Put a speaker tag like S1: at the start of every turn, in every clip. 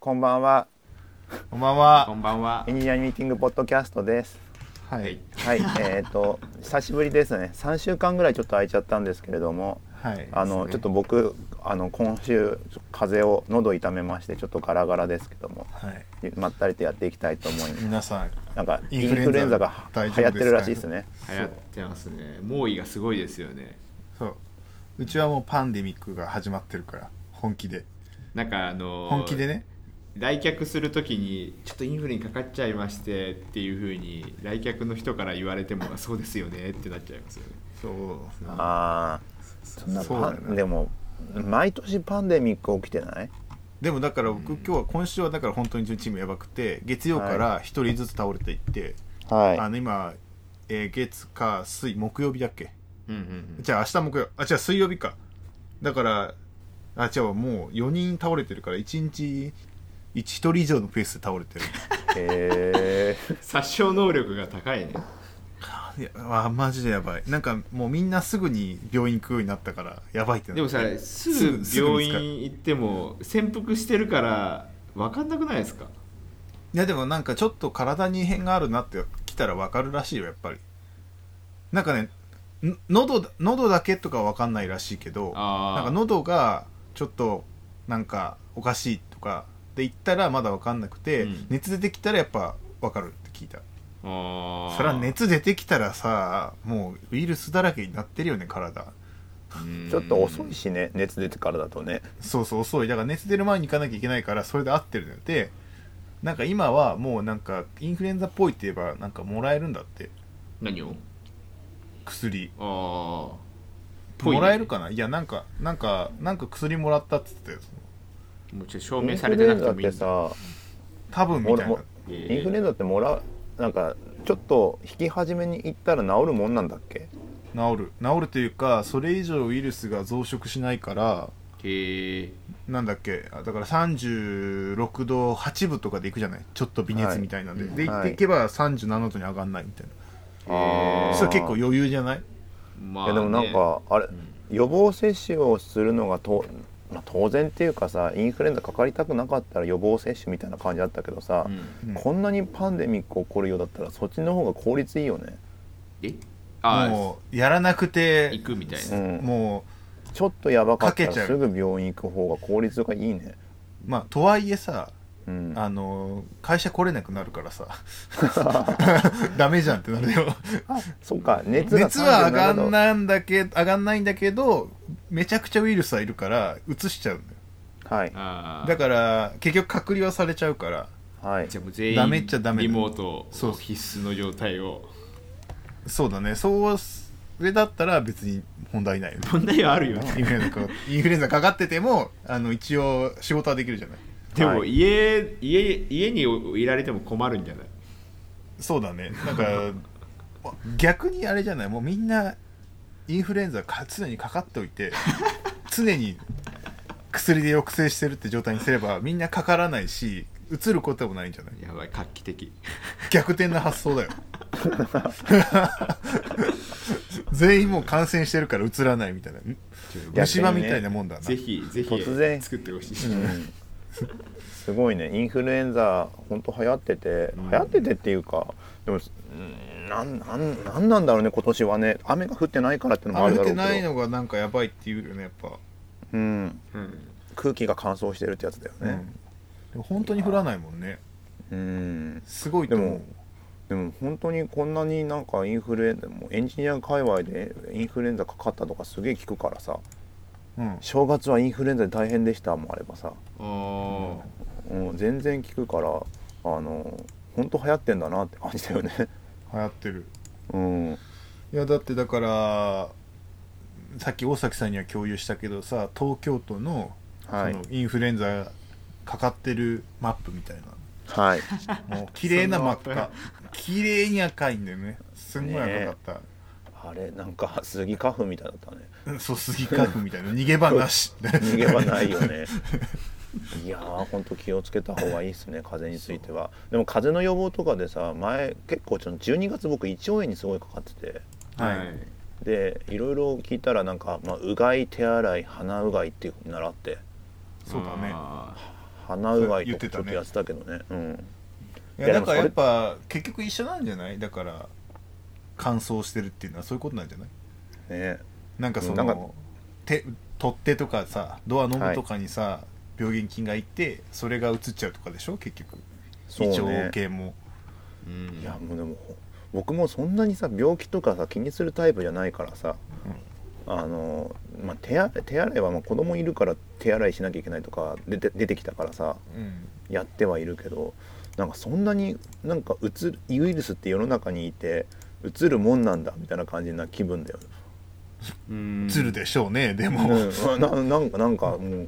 S1: こんばんは。
S2: こんばんは
S3: こ。んばんは
S1: エ。ンジニアミーティングポッドキャストです。
S2: は
S3: はいい。。
S1: はい、えっと久しぶりですね。3週間ぐらいちょっと空いちゃったんですけれども、
S2: はい。
S1: あの、
S3: ですね
S1: ちょっと僕あの今週風邪を喉痛めましてちょっとガラガラですけども、
S2: はい。
S1: まったりとやっていきたいと思います。
S2: 皆さん。
S1: なんか
S2: イ
S1: イ
S2: ン
S1: ン
S2: フルエンザ
S1: フルエンザが流
S2: 大丈夫ですか
S1: 行ってるらしいですね。
S3: 流行ってますね。猛威がすごいですよね。
S2: そう。うちはもうパンデミックが始まってるから。本気で。
S3: なんかあの
S2: 本気でね。
S3: 来客するときにちょっとインフルにかかっちゃいましてっていうふうに来客の人から言われてもあそうですよねってなっちゃいますよね。
S2: そう。
S1: ああ、そんな
S2: そう
S1: パ
S2: だよ
S1: ン、
S2: ね
S1: でも毎年パンデミック起きてない？
S2: でもだから僕今日は今週はだから本当にうちのチームやばくて月曜から一人ずつ倒れていって、あ
S1: は
S2: の今、えー月か水木曜日だっけ
S3: うんうんうん。
S2: じゃあ明日木曜あ違う水曜日かだからあ違うもう4人倒れてるから1日1人以上のペースで倒れてる
S1: い。へえ。
S3: 殺傷能力が高いね。
S2: いやあマジでやばいなんかもうみんなすぐに病院行くようになったからやばいってな
S3: でもさすぐ
S2: すぐ
S3: 病
S2: 見つかる
S3: 院行っても潜伏してるから分かんなくないですか
S2: いやでもなんかちょっと体に異変があるなってきたらわかるらしいよやっぱりなんかねん喉だ喉だけとかわかんないらしいけど
S3: あー
S2: なんか喉がちょっとなんかおかしいとかで言ったらまだわかんなくて、
S3: うん
S2: 熱出てきたらやっぱわかるって聞いた
S3: あー
S2: それは熱出てきたらさもうウイルスだらけになってるよね体
S3: うん
S1: ちょっと遅いしね、熱出てからだとね。
S2: そうそう遅いだから熱出る前に行かなきゃいけないからそれで合ってるのよでなんか今はもうなんかインフルエンザっぽいって言えばなんかもらえるんだって
S3: 何を
S2: 薬
S3: ああぽいね
S2: もらえるかないやなんかなんかなんか薬もらったっつってたよ
S3: もうちょっと証明されてなくてもいい
S1: インフルエンザってさ、
S2: 多分みたい
S1: も
S2: な
S1: らも
S3: えー
S1: インフルエンザってもらうなんかちょっと引き始めに行ったら治るもんなんだっけ？
S2: 治る治るというかそれ以上ウイルスが増殖しないから
S3: へえ
S2: なんだっけあだから36度8分とかで行くじゃないちょっと微熱みたいなんで、
S3: はい
S2: で行っ
S1: はい
S2: ていけば37度に上がんないみたいな、
S3: あー
S2: それ結構余裕じゃない
S3: まあ、
S1: い
S3: ね、
S1: やでもなんかあれ、予防接種をするのがと、まあ、当然っていうかさインフルエンザかかりたくなかったら予防接種みたいな感じだったけどさ、
S3: うん
S2: うん
S1: こんなにパンデミック起こるようだったらそっちの方が効率いいよね、、
S3: えああ
S2: もうやらなくて
S3: 行くみたいうなん
S2: も
S1: ちょっとやばかったら
S2: かけちゃう
S1: すぐ病院行く方が効率がいいね、
S2: うまあとはいえさ
S1: うん、
S2: あの会社来れなくなるからさ ダメじゃんってなるよ
S1: そっか熱が
S2: 熱は上がん
S1: い、
S2: なんだけ上がんないんだけどめちゃくちゃウイルスはいるから移しちゃうんだよ
S1: はい
S3: あ
S2: だ
S3: だ
S2: か
S3: か
S2: ら結局隔離はされちゃうから
S1: はい
S3: らじゃあもう全員
S2: ダメっちゃダメだ
S3: リモート
S2: そう
S3: 必須の状態を
S2: そうだねそうそれだったら別に問題ないよね
S3: 問題はあるよね
S2: インフルエンザかインフルエンザかかっててもあの一応仕事はできるじゃない
S3: でも
S1: はい
S3: 家,、家家にいられても困るんじゃない
S2: そうだねなんか逆にあれじゃないもうみんなインフルエンザか常にかかっておいて常に薬で抑制してるって状態にすればみんなかからないしうつることもないんじゃない
S3: やばい画期的
S2: 逆転の発想だよ 全員もう感染してるからうつらないみたいな虫歯みたいなもんだな、
S3: ぜひぜひ
S1: 突然
S3: 作ってほしい、
S1: すごいねインフルエンザ本当流行ってて流行っててっていうか、でもうんなんなんなんなんだろうね今年はね雨が降ってないからってのもあ
S2: あ
S1: る
S2: れ
S1: だ
S2: っ
S1: ろ
S2: て
S1: うけど
S2: ないのがなんかやばいって言うよねやっぱ、
S1: うん、
S3: うん
S1: 空気が乾燥してるってやつだよ
S2: うん
S1: ね、
S2: でも本当に降らないもんね
S1: うん、
S2: すごいと思う
S1: ででも本当にこんなになんかインフルエンザもうエンジニア界隈でインフルエンザかかったとかすげえ聞くからさ
S2: うん、
S1: 正月はインフルエンザで大変でしたもあればさ、
S3: あ
S1: うん、全然聞くからあの本当流行ってんだなって感じだよね
S2: 流行ってる
S1: うん
S2: いやだってだからさっき大崎さんには共有したけどさ東京都の,、
S1: はい
S2: そのインフルエンザかかってるマップみたい
S1: はい
S2: なもう綺麗なマップ
S3: そんな
S2: が綺麗に赤いんだよねすんごい赤かった、
S1: あれなんかスギ花粉みたいだったね
S2: うんそうスギ花粉みたいな逃げ場なし
S1: 逃げ場ないよねいやーほんと気をつけた方がいいですね風邪についてはでも風邪の予防とかでさ前結構ちょっと12月僕胃腸炎にすごいかかってて
S3: あ
S2: はい
S1: でいろいろ聞いたらなんか、まあ、うがい手洗い鼻うがいっていうふうに習って
S2: そうだね
S3: あ
S1: 鼻うがい
S2: 言
S1: と
S2: って
S1: かちょ
S2: た
S1: っ
S2: ね
S1: とやってたけどねうん
S2: いや
S1: いや
S2: だからや
S1: で
S2: っ
S1: も
S2: ぱ結局一緒なんじゃないだから乾燥してるっていうのはそういうことなんじゃない
S1: ね
S2: なんかそ
S1: うんなんか
S2: の手取っ手とかさドアノブとかにさ、病原菌がいってそれが移っちゃうとかでしょ結局
S1: そ
S2: 胃
S1: う
S2: 腸
S1: ね
S2: 系も
S3: うん
S1: いやもうでも僕もそんなにさ病気とかさ気にするタイプじゃないからさ、あの、まあ、手あ手洗いはまあ子供いるから手洗いしなきゃいけないとか出て出てきたからさ
S2: うん
S1: やってはいるけどなんかそんなになんかうつるウイルスって世の中にいてうつるもんなんだみたいな感じな気分だよ、
S3: うん
S2: つるでしょうねで
S1: う
S2: も、
S1: ん、 ななんかなんかもう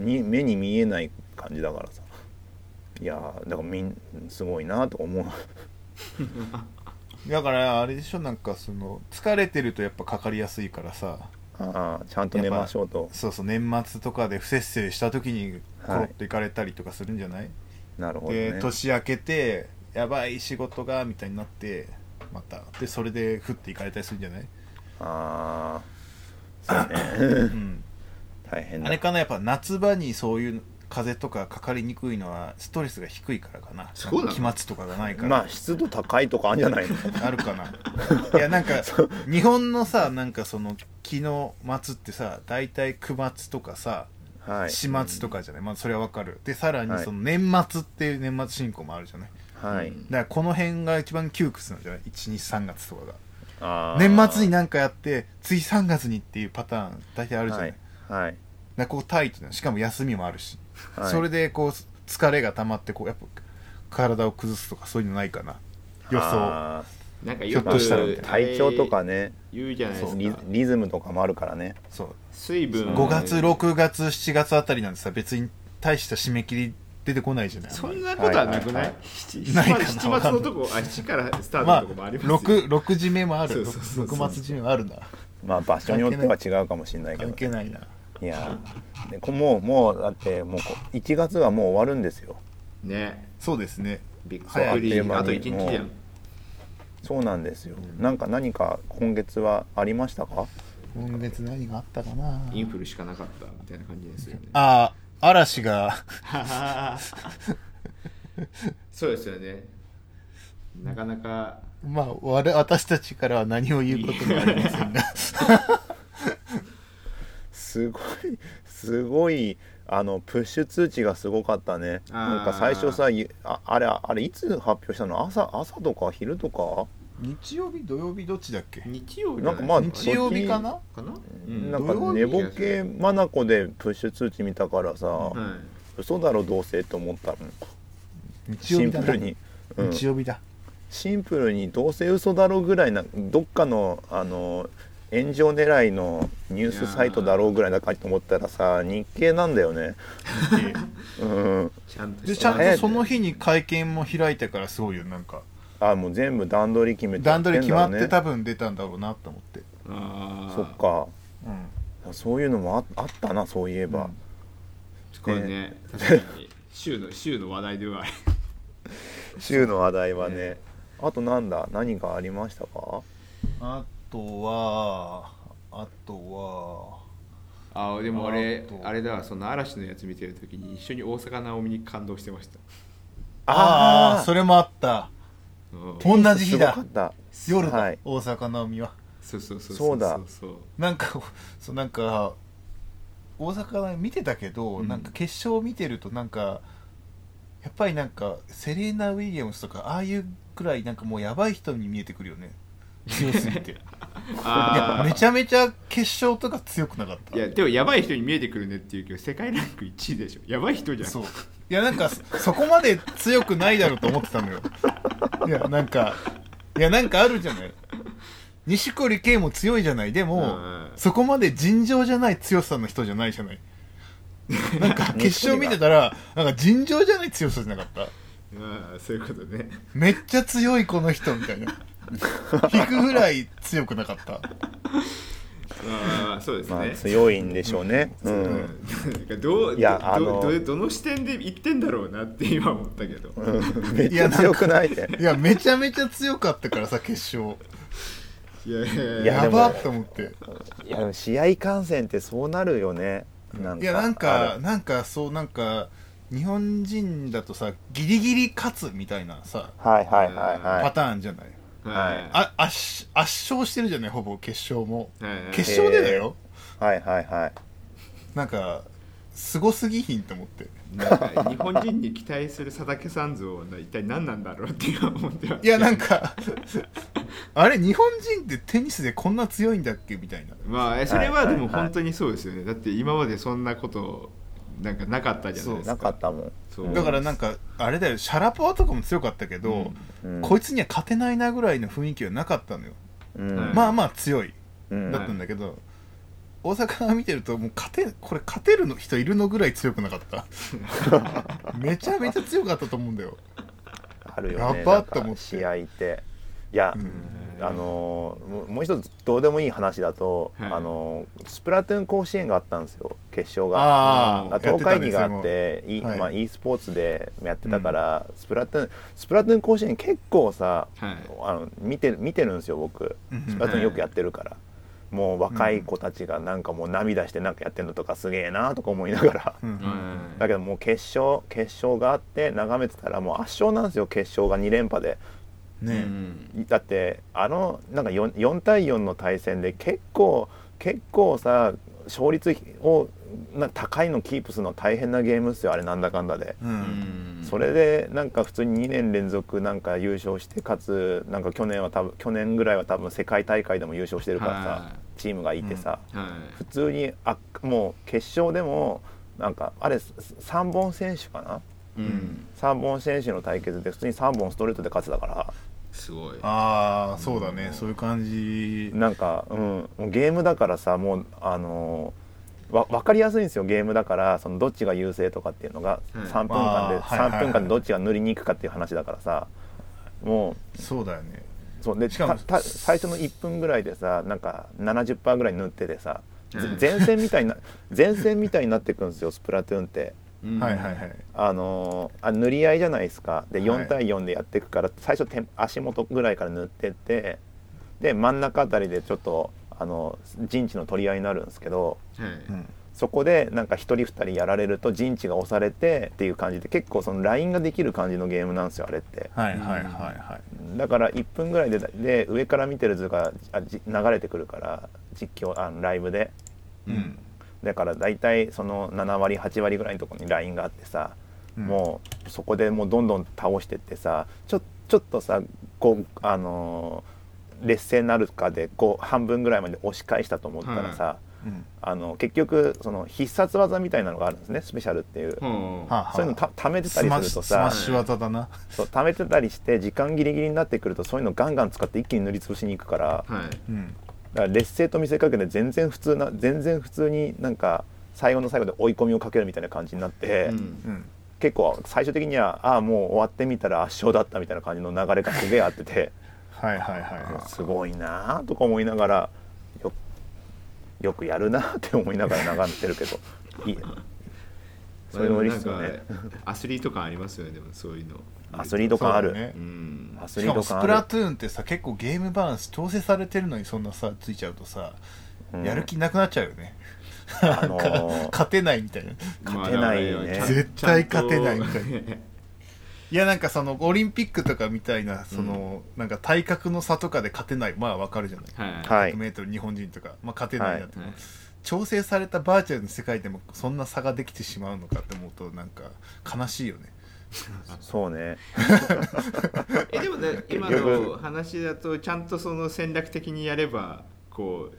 S1: に目に見えない感じだからさいやーだからみんすごいなと思う
S2: だからあれでしょなんかその疲れてるとやっぱかかりやすいからさ
S1: ああちゃんと寝ましょうと
S2: そうそう年末とかで不節制した時にコロッと行かれたりとかするんじゃない、
S1: なるほど
S2: で、
S1: ね
S2: 年明けてやばい仕事がみたいになってまたでそれで降っていかれたりするんじ ゃない、
S1: ああそう
S2: う
S1: ね
S2: ん、
S1: 大変
S2: あ
S1: だ
S2: れかなやっぱ夏場にそういう風邪とかかかりにくいのはストレスが低いからかな
S3: そうなの
S2: 期末とかがないから、
S1: まあ湿度高いとかあるんじゃないの
S2: ある かないやなんか日本のさなんかその木の末ってさ大体九末とかさ
S1: はい
S2: 始末とかじゃない、まあそれはわかるでさらに
S1: はい
S2: その年末っていう年末進行もあるじゃない
S1: はい
S2: だからこの辺が一番窮屈なんじゃない123月とかが
S1: あー
S2: 年末になんかやって次3月にっていうパターン大体あるじゃない、
S1: はいはい
S2: だからこうタイトなしかも休みもあるし、
S1: はい
S2: それでこう疲れが溜まってこうやっぱ体を崩すとかそういうのないかな予想
S1: あ
S3: なんか
S2: ひょ
S3: よ
S2: っ
S3: く
S2: としたら
S1: ー体調とかね
S3: 言うじゃないです
S1: リ
S3: か
S1: リズムとかもあるからね
S2: そう
S3: 水分
S2: 5月6月7月あたりなんてさ別に大した締め切り出てこないじゃない
S3: そんなことはなく
S1: はい
S3: な
S1: はいいはい
S3: 七
S2: ないかな
S3: 七月のとこあ七からスター
S2: ま
S3: トの
S2: あ
S3: とこもありますよ
S2: 6 6締めもある
S3: そうそうそうそう
S2: 6末締めもあるな
S1: まあ場所によっては違うかもしれないけ
S2: 関
S1: ど
S2: 係ないない
S1: やーでこもうもうだってもうこ1月はもう終わるんですよ
S3: ね
S2: そうですね
S3: びっく
S1: そうあっと
S3: り
S1: いう間に
S3: あと一日じゃん
S1: もそうなんですよ、なんか何か今月はありましたか
S2: 今月何があったかな
S3: インフルしかなかったみたいな感じですよね
S2: ああ嵐が
S3: そうですよねなかなか
S2: まあ我私たちからは何を言うこともありませんが
S1: すごいすごいあのプッシュ通知がすごかったね
S3: あー
S1: なんか最初さゆああれあれいつ発表したの朝朝とか昼とか
S2: 日曜日土曜日どっちだっけ
S3: 日曜日
S1: なんかまあ
S2: 日曜日かな
S3: か
S1: な
S3: な
S1: んか寝ぼけ眼でプッシュ通知見たからさ、
S3: は
S1: 嘘だろどうせと思ったの
S2: 日曜
S1: シ
S2: 日
S1: ン
S2: だ
S1: プ
S2: な
S1: ルに、うん、
S2: 日曜日だ
S1: シンプルにどうせ嘘だろぐらいなどっかのあの炎上狙いのニュースサイトだろうぐらいだかと思ったらさ日経なんだよね、 うん、
S3: いちゃんと
S2: で
S3: し
S2: ちゃん
S3: た
S1: え
S2: とその日に会見も開いてからすごいよなんか
S1: あもう全部段取り決めてや
S2: 段
S1: んだ
S2: 取
S1: ろ
S2: り
S1: うね
S2: 決まって多分出たんだろうなと思って、
S3: あー
S1: そっか
S2: うん、
S1: そういうのもああったなそういえば、
S3: これね確かに週の週の話題では ある
S1: 週の話題はね、あとなんだ何かありましたか
S2: あとはあと
S3: あーでも俺
S2: あと
S3: あれだわその嵐のやつ見てるときに一緒に大阪なおみに感動してました
S2: はああそ
S1: れ
S2: れもあった
S3: うん
S2: 同じ日だ
S1: すごかった
S2: 夜だ、
S1: はい
S2: 大阪の海は
S3: そうそうそう
S1: そうだ
S3: そう
S2: なんかそうなんか大阪の見てたけど、
S3: うん
S2: なんか決勝見てるとなんかやっぱりなんかセレーナ・ウィリアムスとかああいうくらいなんかもうやばい人に見えてくるよね強すぎていや
S3: あ
S2: めちゃめちゃ決勝とか強くなかった
S3: いやでもやばい人に見えてくるねっていうけど世界ランク1位でしょやばい人じゃん
S2: そういやなんかそそこまで強くないだろうと思ってたのよいやなんかいやなんかあるじゃない錦織圭も強いじゃないでも、
S3: うん
S2: そこまで尋常じゃない強さの人じゃないじゃないなん
S1: 錦織が
S2: か決勝見てたらなんか尋常じゃない強さじゃなかった
S3: あーそういうことね
S2: めっちゃ強いこの人みたいな引くぐらい強くなかった
S3: あーそうですね、
S1: まあ強いんでしょうね、う
S3: うん
S1: ん
S3: なんかどう
S1: いや
S3: ど
S1: あの
S3: どどの視点で言ってんだろうなって今思ったけど、
S1: うんめっ
S2: い
S1: ち
S2: や
S1: ゃ
S2: なんか
S1: 強くないで
S2: いやめちゃめちゃ強かったからさ決勝
S3: いやいやい
S1: いや
S3: や
S2: や
S1: でも
S2: ばっと思って
S1: いやでも試合観戦ってそうなるよねなんか
S2: いやなん
S1: あ
S2: か
S1: る
S2: なんかそうなんか日本人だとさギリギリ勝つみたいなさ、
S1: はいはいはいはい
S2: パターンじゃない
S1: はい
S2: あ圧圧勝してるじゃないほぼ決勝も
S3: はい
S2: 決勝でだよ
S1: はいはいはい
S2: なんかすごすぎひんと思って
S3: なんか日本人に期待する佐竹さん像は一体何なんだろうって今思ってます
S2: いやなんか あれ日本人ってテニスでこんな強いんだっけみたいな
S3: まあえそれは
S1: はい
S3: でも
S1: はいはい
S3: 本当にそうですよねだって今までそんなことなんかなかったじゃないです
S1: な
S3: か
S1: かったもん
S3: そう
S2: だからなんかあれだよシャラポワとかも強かったけど、
S1: うん
S2: こいつには勝てないなぐらいの雰囲気はなかったのよ、
S1: うん
S3: はい
S2: まあまあ強い
S1: うん
S2: だったんだけど、大阪見てるともう勝てこれ勝てるの人いるのぐらい強くなかった めちゃめちゃ強かったと思うんだよ
S1: あるよね
S2: やば
S1: なん
S2: っと思っ
S1: か
S2: て
S1: 試合っていや、
S2: うん
S1: あのーもうもう一つどうでもいい話だと、
S3: はい
S1: あのースプラトゥーン甲子園があったんですよ決勝が。
S2: あ
S1: あ
S2: あ
S1: 東海議があっ
S2: やって
S1: て e
S2: はい
S1: まあ、e スポーツでやってたから、スプラトゥーンスプラトゥーン甲子園結構さ
S3: はい
S1: あの見て見てるんですよ僕
S2: うんうん
S1: スプラトゥーンよくやってるから、もう若い子たちがなんかもう涙してなんかやってるのとかすげえなとか思いながら、
S2: たねそれもうん
S3: はい
S1: だけどもう決勝決勝があって眺めてたらもう圧勝なんですよ決勝が2連覇で
S2: ね
S3: う
S2: え
S3: ん
S1: だってあのなんか 4, 4対4の対戦で結構結構さ勝率をな高いのキープするの大変なゲームっすよあれなんだかんだで、
S2: う
S3: うんん
S1: それでなんか普通に2年連続なんか優勝してかつなんか去年は多分去年ぐらいは多分世界大会でも優勝してるから
S3: は
S1: さチームがいてさ、
S3: は
S1: 普通にあもう決勝でもなんかあれ3本選手かない
S3: うん
S1: 3本選手の対決で普通に3本ストレートで勝ってたから
S3: すごい
S2: ああそうだねそういう感じ
S1: なんか、うん、もうゲームだからさもうあのーわ分かりやすいんですよゲームだからそのどっちが優勢とかっていうのが
S3: うん
S1: 3分間で、
S2: あーはいはいはい
S1: 3分間でどっちが塗りに行くかっていう話だからさもう
S2: そうだよね
S1: そうで
S2: しかも
S1: たた最初の1分ぐらいでさなんか70%ぐらい塗っててさぜ
S3: うん
S1: 前線みたいな前線みたいになってくんですよスプラトゥーンって。
S3: うん
S2: はいはいはい
S1: あのーあ塗り合いじゃないですかで
S2: はい
S1: 4対4でやっていくから、最初手足元ぐらいから塗ってってで真ん中あたりでちょっとあの陣地の取り合いになるんですけど
S3: は
S2: う
S3: い
S2: ん
S1: そこでなんか1人2人やられると陣地が押されてっていう感じで結構そのラインができる感じのゲームなんですよあれって。
S2: はいはいはいはい
S1: だから1分ぐらいでで上から見てる図があじ流れてくるから実況あのライブで
S2: うん
S1: だから大体その7割8割ぐらいのところにラインがあってさ、
S2: うん
S1: もうそこでもうどんどん倒してってさちょちょっとさこうあのー劣勢になるかでこう半分ぐらいまで押し返したと思ったらさ、
S2: うん
S1: あの結局その必殺技みたいなのがあるんですねスペシャルっていう、
S3: ほう
S2: はあはあ
S1: そういうのた貯めてた
S2: ス
S1: りす
S2: マッ
S1: る
S2: シ
S1: と
S2: ュスマ
S1: さ
S2: ッシュ技だな
S1: そう貯めてたりして時間ギリギリになってくるとそういうのガンガン使って一気に塗りつぶしに行くから。
S3: はい
S2: うん
S1: だから劣勢と見せかけて全然普通な全然普通になんか最後の最後で追い込みをかけるみたいな感じになって、
S3: うん
S2: うん
S1: 結構最終的にはああもう終わってみたら圧勝だったみたいな感じの流れがすげえあってて
S2: はいはいはいはい
S1: すごいなあとか思いながらよよくやるなあって思いながら眺めてるけどいいそれも嬉しいですよね
S3: まあでもなんかアスリート感ありますよねでもそういうの
S1: アスリート感ある、
S2: そうだね
S3: うん
S1: アス
S2: し
S1: リ
S2: か
S1: ート
S2: もス
S1: 感
S2: プラ
S1: あ
S2: トゥーンってさ結構ゲームバランス調整されてるのにそんなさついちゃうとさ、
S1: うん
S2: やる気なくなっちゃうよね、
S1: る、あのー
S2: 勝てないみたいな
S1: 勝てないね
S3: まあだから
S2: 絶対勝てない
S3: ち
S2: み
S3: ゃん
S2: たい
S3: と
S2: いやなんかそのオリンピックとかみたいなその、なんか体格の差とかで勝てないまあわかるじゃない、
S3: はい
S1: はい
S2: 100m 日本人とか、まあ、勝てないなって、
S3: はい
S2: 調整されたバーチャルの世界でもそんな差ができてしまうのかって思うとなんか悲しいよね
S1: そうね
S3: えでもね今の話だとちゃんとその戦略的にやればこう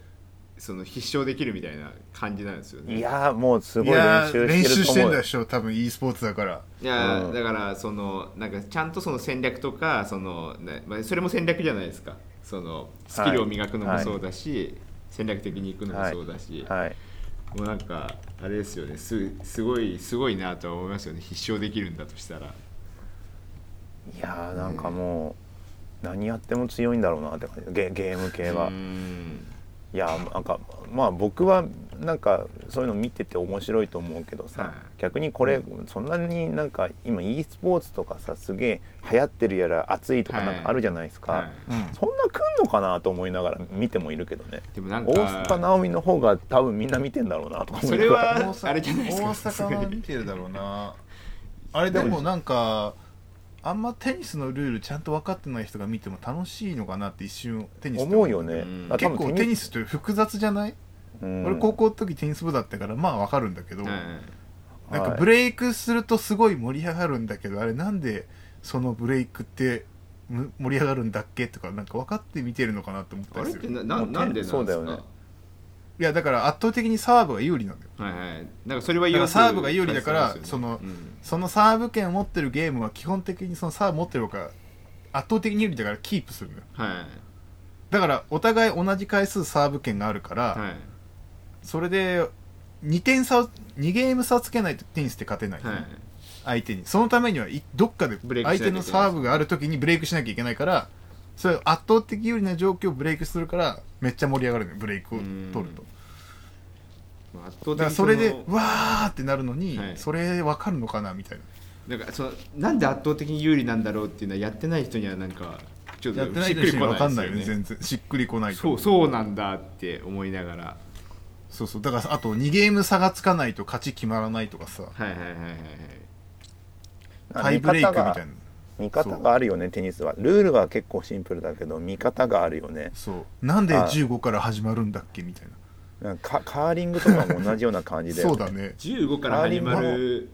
S3: その必勝できるみたいな感じなんですよね
S1: いやーもうすごい練
S2: や
S1: 習し
S2: ー練
S1: てる
S2: 習
S1: と
S2: して
S1: 思
S2: ん
S1: う
S2: だ
S1: よ
S2: でしょ多分 e スポーツだから
S3: いや
S1: うん
S3: だからそのなんかちゃんとその戦略とかその、ねまあ、それも戦略じゃないですかそのスキルを磨くのもそうだし、戦略的にいくのもそうだし、
S1: はい
S3: もうなんかあれですよねすすごいすごいなとは思いますよね必勝できるんだとしたら
S1: いやーなんかもう何やっても強いんだろうなって感じゲゲーム系は
S3: うー。ん
S1: いやーなんかまあ僕はなんかそういうの見てて面白いと思うけどさ、
S3: はい
S1: 逆にこれそんなになんか今 e スポーツとかさすげえ流行ってるやら熱いとか
S3: はい
S1: なんかあるじゃないですか、
S3: は
S2: うん
S1: そんな来んのかなと思いながら見てもいるけどね
S3: い、でもなん
S1: 大坂
S3: か
S1: なおみの方が多分みんな見てんだろうなとか思いながら
S3: それは
S2: 大阪
S3: あれじゃないですか
S2: 大
S3: さすが
S2: 阪
S3: に
S2: は見てるだろうなあれでもなんかあんまテニスのルールちゃんと分かってない人が見ても楽しいのかなって一瞬テニスって
S1: 思うよね、
S3: うん
S1: あ多
S2: 結
S1: 分
S2: 構テニスって複雑じゃない、
S1: うん
S2: 俺高校の時テニス部だったからまあ分かるんだけど、
S3: はい
S2: なんか
S1: はい
S2: ブレイクするとすごい盛り上がるんだけどあれなんでそのブレイクってむ盛り上がるんだっけとかなんか分かって見てるのかなと思った
S3: あ
S2: り
S3: れっ
S2: す
S3: て
S2: る
S3: な
S1: も
S3: な
S1: う
S3: なんでなんですか
S1: そうだよね
S2: いやだから圧倒的にサーブが有利なんだよ
S3: はいはいなんかそれは
S2: だか
S3: よ
S2: ら
S3: く
S2: サーブが有利だから
S3: 解説
S2: そ
S3: あり
S2: の
S3: ますよねうん
S2: そのサーブ権を持ってるゲームは基本的にそのサーブ持ってる方が圧倒的に有利だからキープするのよ
S3: はい
S2: だからお互い同じ回数サーブ権があるから、
S3: はい
S2: それで2点差を2ゲーム差をつけないとテニスって勝てない、
S3: はい
S2: 相手にそのためにはいどっかで
S3: ブレイクしな
S2: 相
S3: きゃい
S2: 手
S3: けない
S2: のサーブがある時にブレイクしなきゃいけないからそれ圧倒的有利な状況をブレイクするからめっちゃ盛り上がるのよブレイクを取ると
S3: まあ圧倒
S2: だから
S3: 的に
S2: それで
S3: の
S2: わーってなるのに、
S3: はい
S2: それ分かるのかなみたいな
S3: なんかそのなんで圧倒的に有利なんだろうっていうのはやってない人にはなんかちょっと
S2: やってない
S3: し
S2: と
S3: っくり
S2: 一緒に
S3: こ
S2: 分かんない
S3: で
S2: よ
S3: す
S2: ね全然しっくりこないと
S3: そうそうなんだって思いながら
S2: そうそうだからあと2ゲーム差がつかないと勝ち決まらないとかさ
S3: はいはいはいはいはい
S2: タイブレイクみたいな
S1: 見方があるよねテニスはルールは結構シンプルだけど見方があるよね
S2: そうなんで
S1: あ
S2: 15から始まるんだっけみたいな
S1: なんかカーリングとかも同じような感じで、
S2: そうだね
S3: 15から始まる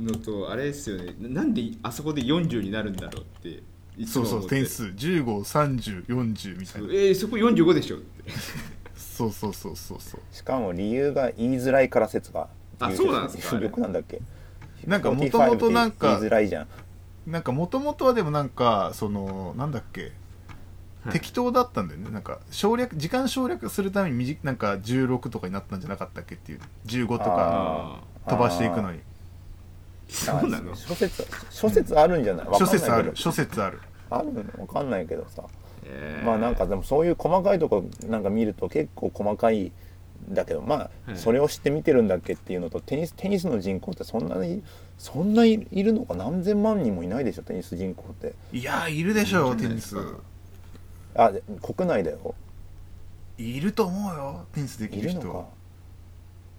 S3: のとあれですよねななんであそこで40になるんだろうっていつ
S2: そ
S3: も
S2: う
S3: 思
S2: そ
S3: っ
S2: う
S3: て
S2: 点数153040みた
S3: そ
S2: いうな
S3: えー、そこ45でしょって
S2: そうそうそうそうそう
S1: しかも理由が言いづらいから説が
S3: あそうなんですかあれ
S1: よくなんだっけ
S2: なんか元々なんか
S1: 45って言いづらいじゃん
S2: なんかもともとはでもなんかそのなんだっけ、
S3: はい
S2: 適当だったんだよねなんか省略時間省略するために短いなんか16とかになったんじゃなかったっけっていう15とか
S3: あ
S2: 飛ばしていくのに
S3: ーそうなの
S1: あ諸説諸説あるんじゃないわか
S2: 諸
S1: んないけ
S2: 説
S1: ど
S2: ある諸説ある
S1: あるのわかんないけどさ
S3: えー
S1: まあなんかでもそういう細かいとこなんか見ると結構細かいんだけどま
S3: は
S1: あ
S3: い
S1: それを知って見てるんだっけっていうのとテニステニスの人口ってそんなにそんないいるのか何千万人もいないでしょテニス人口って
S2: いやーいるでしょう
S3: いるん
S2: テ
S3: じゃない
S2: ニ
S3: です
S2: ス
S3: か
S1: あで国内だよ
S2: いると思うよテニスでき
S1: い
S2: る
S1: る
S2: 人
S1: のか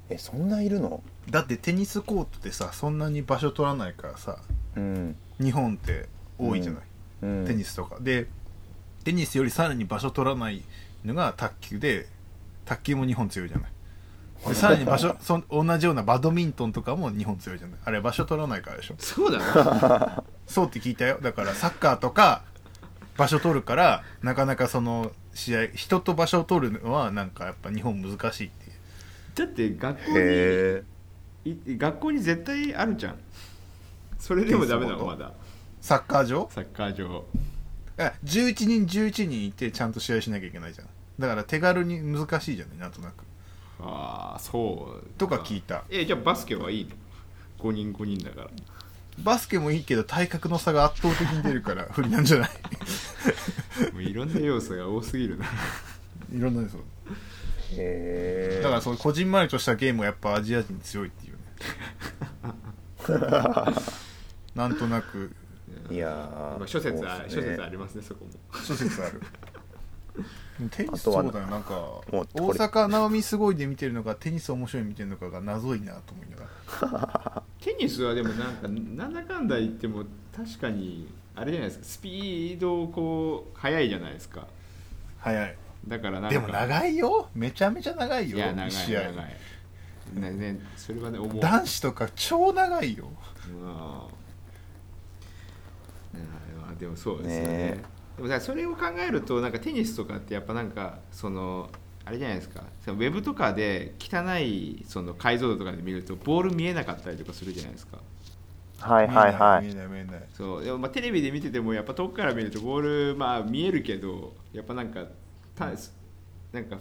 S1: えそんないるの
S2: だってテニスコートってさそんなに場所取らないからさ
S1: うん、
S2: 日本って多いじゃない、
S1: うん、
S2: テニスとかでテニスよりさらに場所取らないのが卓球で卓球も日本強いじゃないでさらに 場所そん同じようなバドミントンとかも日本強いじゃないあれ場所取らないからでしょ
S3: そうな の
S2: そうって聞いたよだからサッカーとか場所取るからなかなかその試合人と場所を取るのはなんかやっぱ日本難しいっていう
S3: だって学校に
S1: へえ
S3: い学校に絶対あるじゃんそれでもダメなのまだ
S2: サッカー場
S3: サッカー場
S2: あ11人11人いてちゃんと試合しなきゃいけないじゃんだから手軽に難しいじゃないなんとなく
S3: ああそう
S2: とか聞いた
S3: えじゃあバスケはいいの5人5人だから
S2: バスケもいいけど体格の差が圧倒的に出 るから不利なんじゃない
S3: もういろんな要素が多すぎるな
S2: いろんなですよ
S1: へえ
S2: だからそういうこじんまりとしたゲームがやっぱアジア人強いっていうね なんとなく
S1: いやー
S3: まあ諸説あ、
S1: そうっす
S3: 諸
S1: ね
S3: 説ありますねそこも
S2: 諸説 あるでもテニ
S1: あ
S2: ス
S1: と
S2: そ
S1: は
S2: うだよなんか
S1: も
S2: 大
S1: うこれ
S2: 阪なおみすごいで見てるのかテニス面白い見てるのかが謎いなと思いながら
S3: テニスはでもなんかなんだかんだ言っても確かにあれじゃないですかスピードをこう速いじゃないですか
S2: 早い
S3: だからなんか
S2: でも長いよめちゃめちゃ長いよ
S3: いや長い
S2: 試合
S3: 長いねねそれはね思う
S2: 男子とか超長いよ
S3: まあ、ねまあでもそうですよね
S1: ね
S3: でもさそれを考えるとなんかテニスとかってやっぱなんかそのあれじゃないですかそのウェブとかで汚いその解像度とかで見るとボール見えなかったりとかするじゃないですか
S1: はいはいは
S2: 見え
S1: い
S2: ない見えない見えない
S3: そうでもまあテレビで見ててもやっぱ遠くから見るとボールまあ見えるけどやっぱなんかたなんか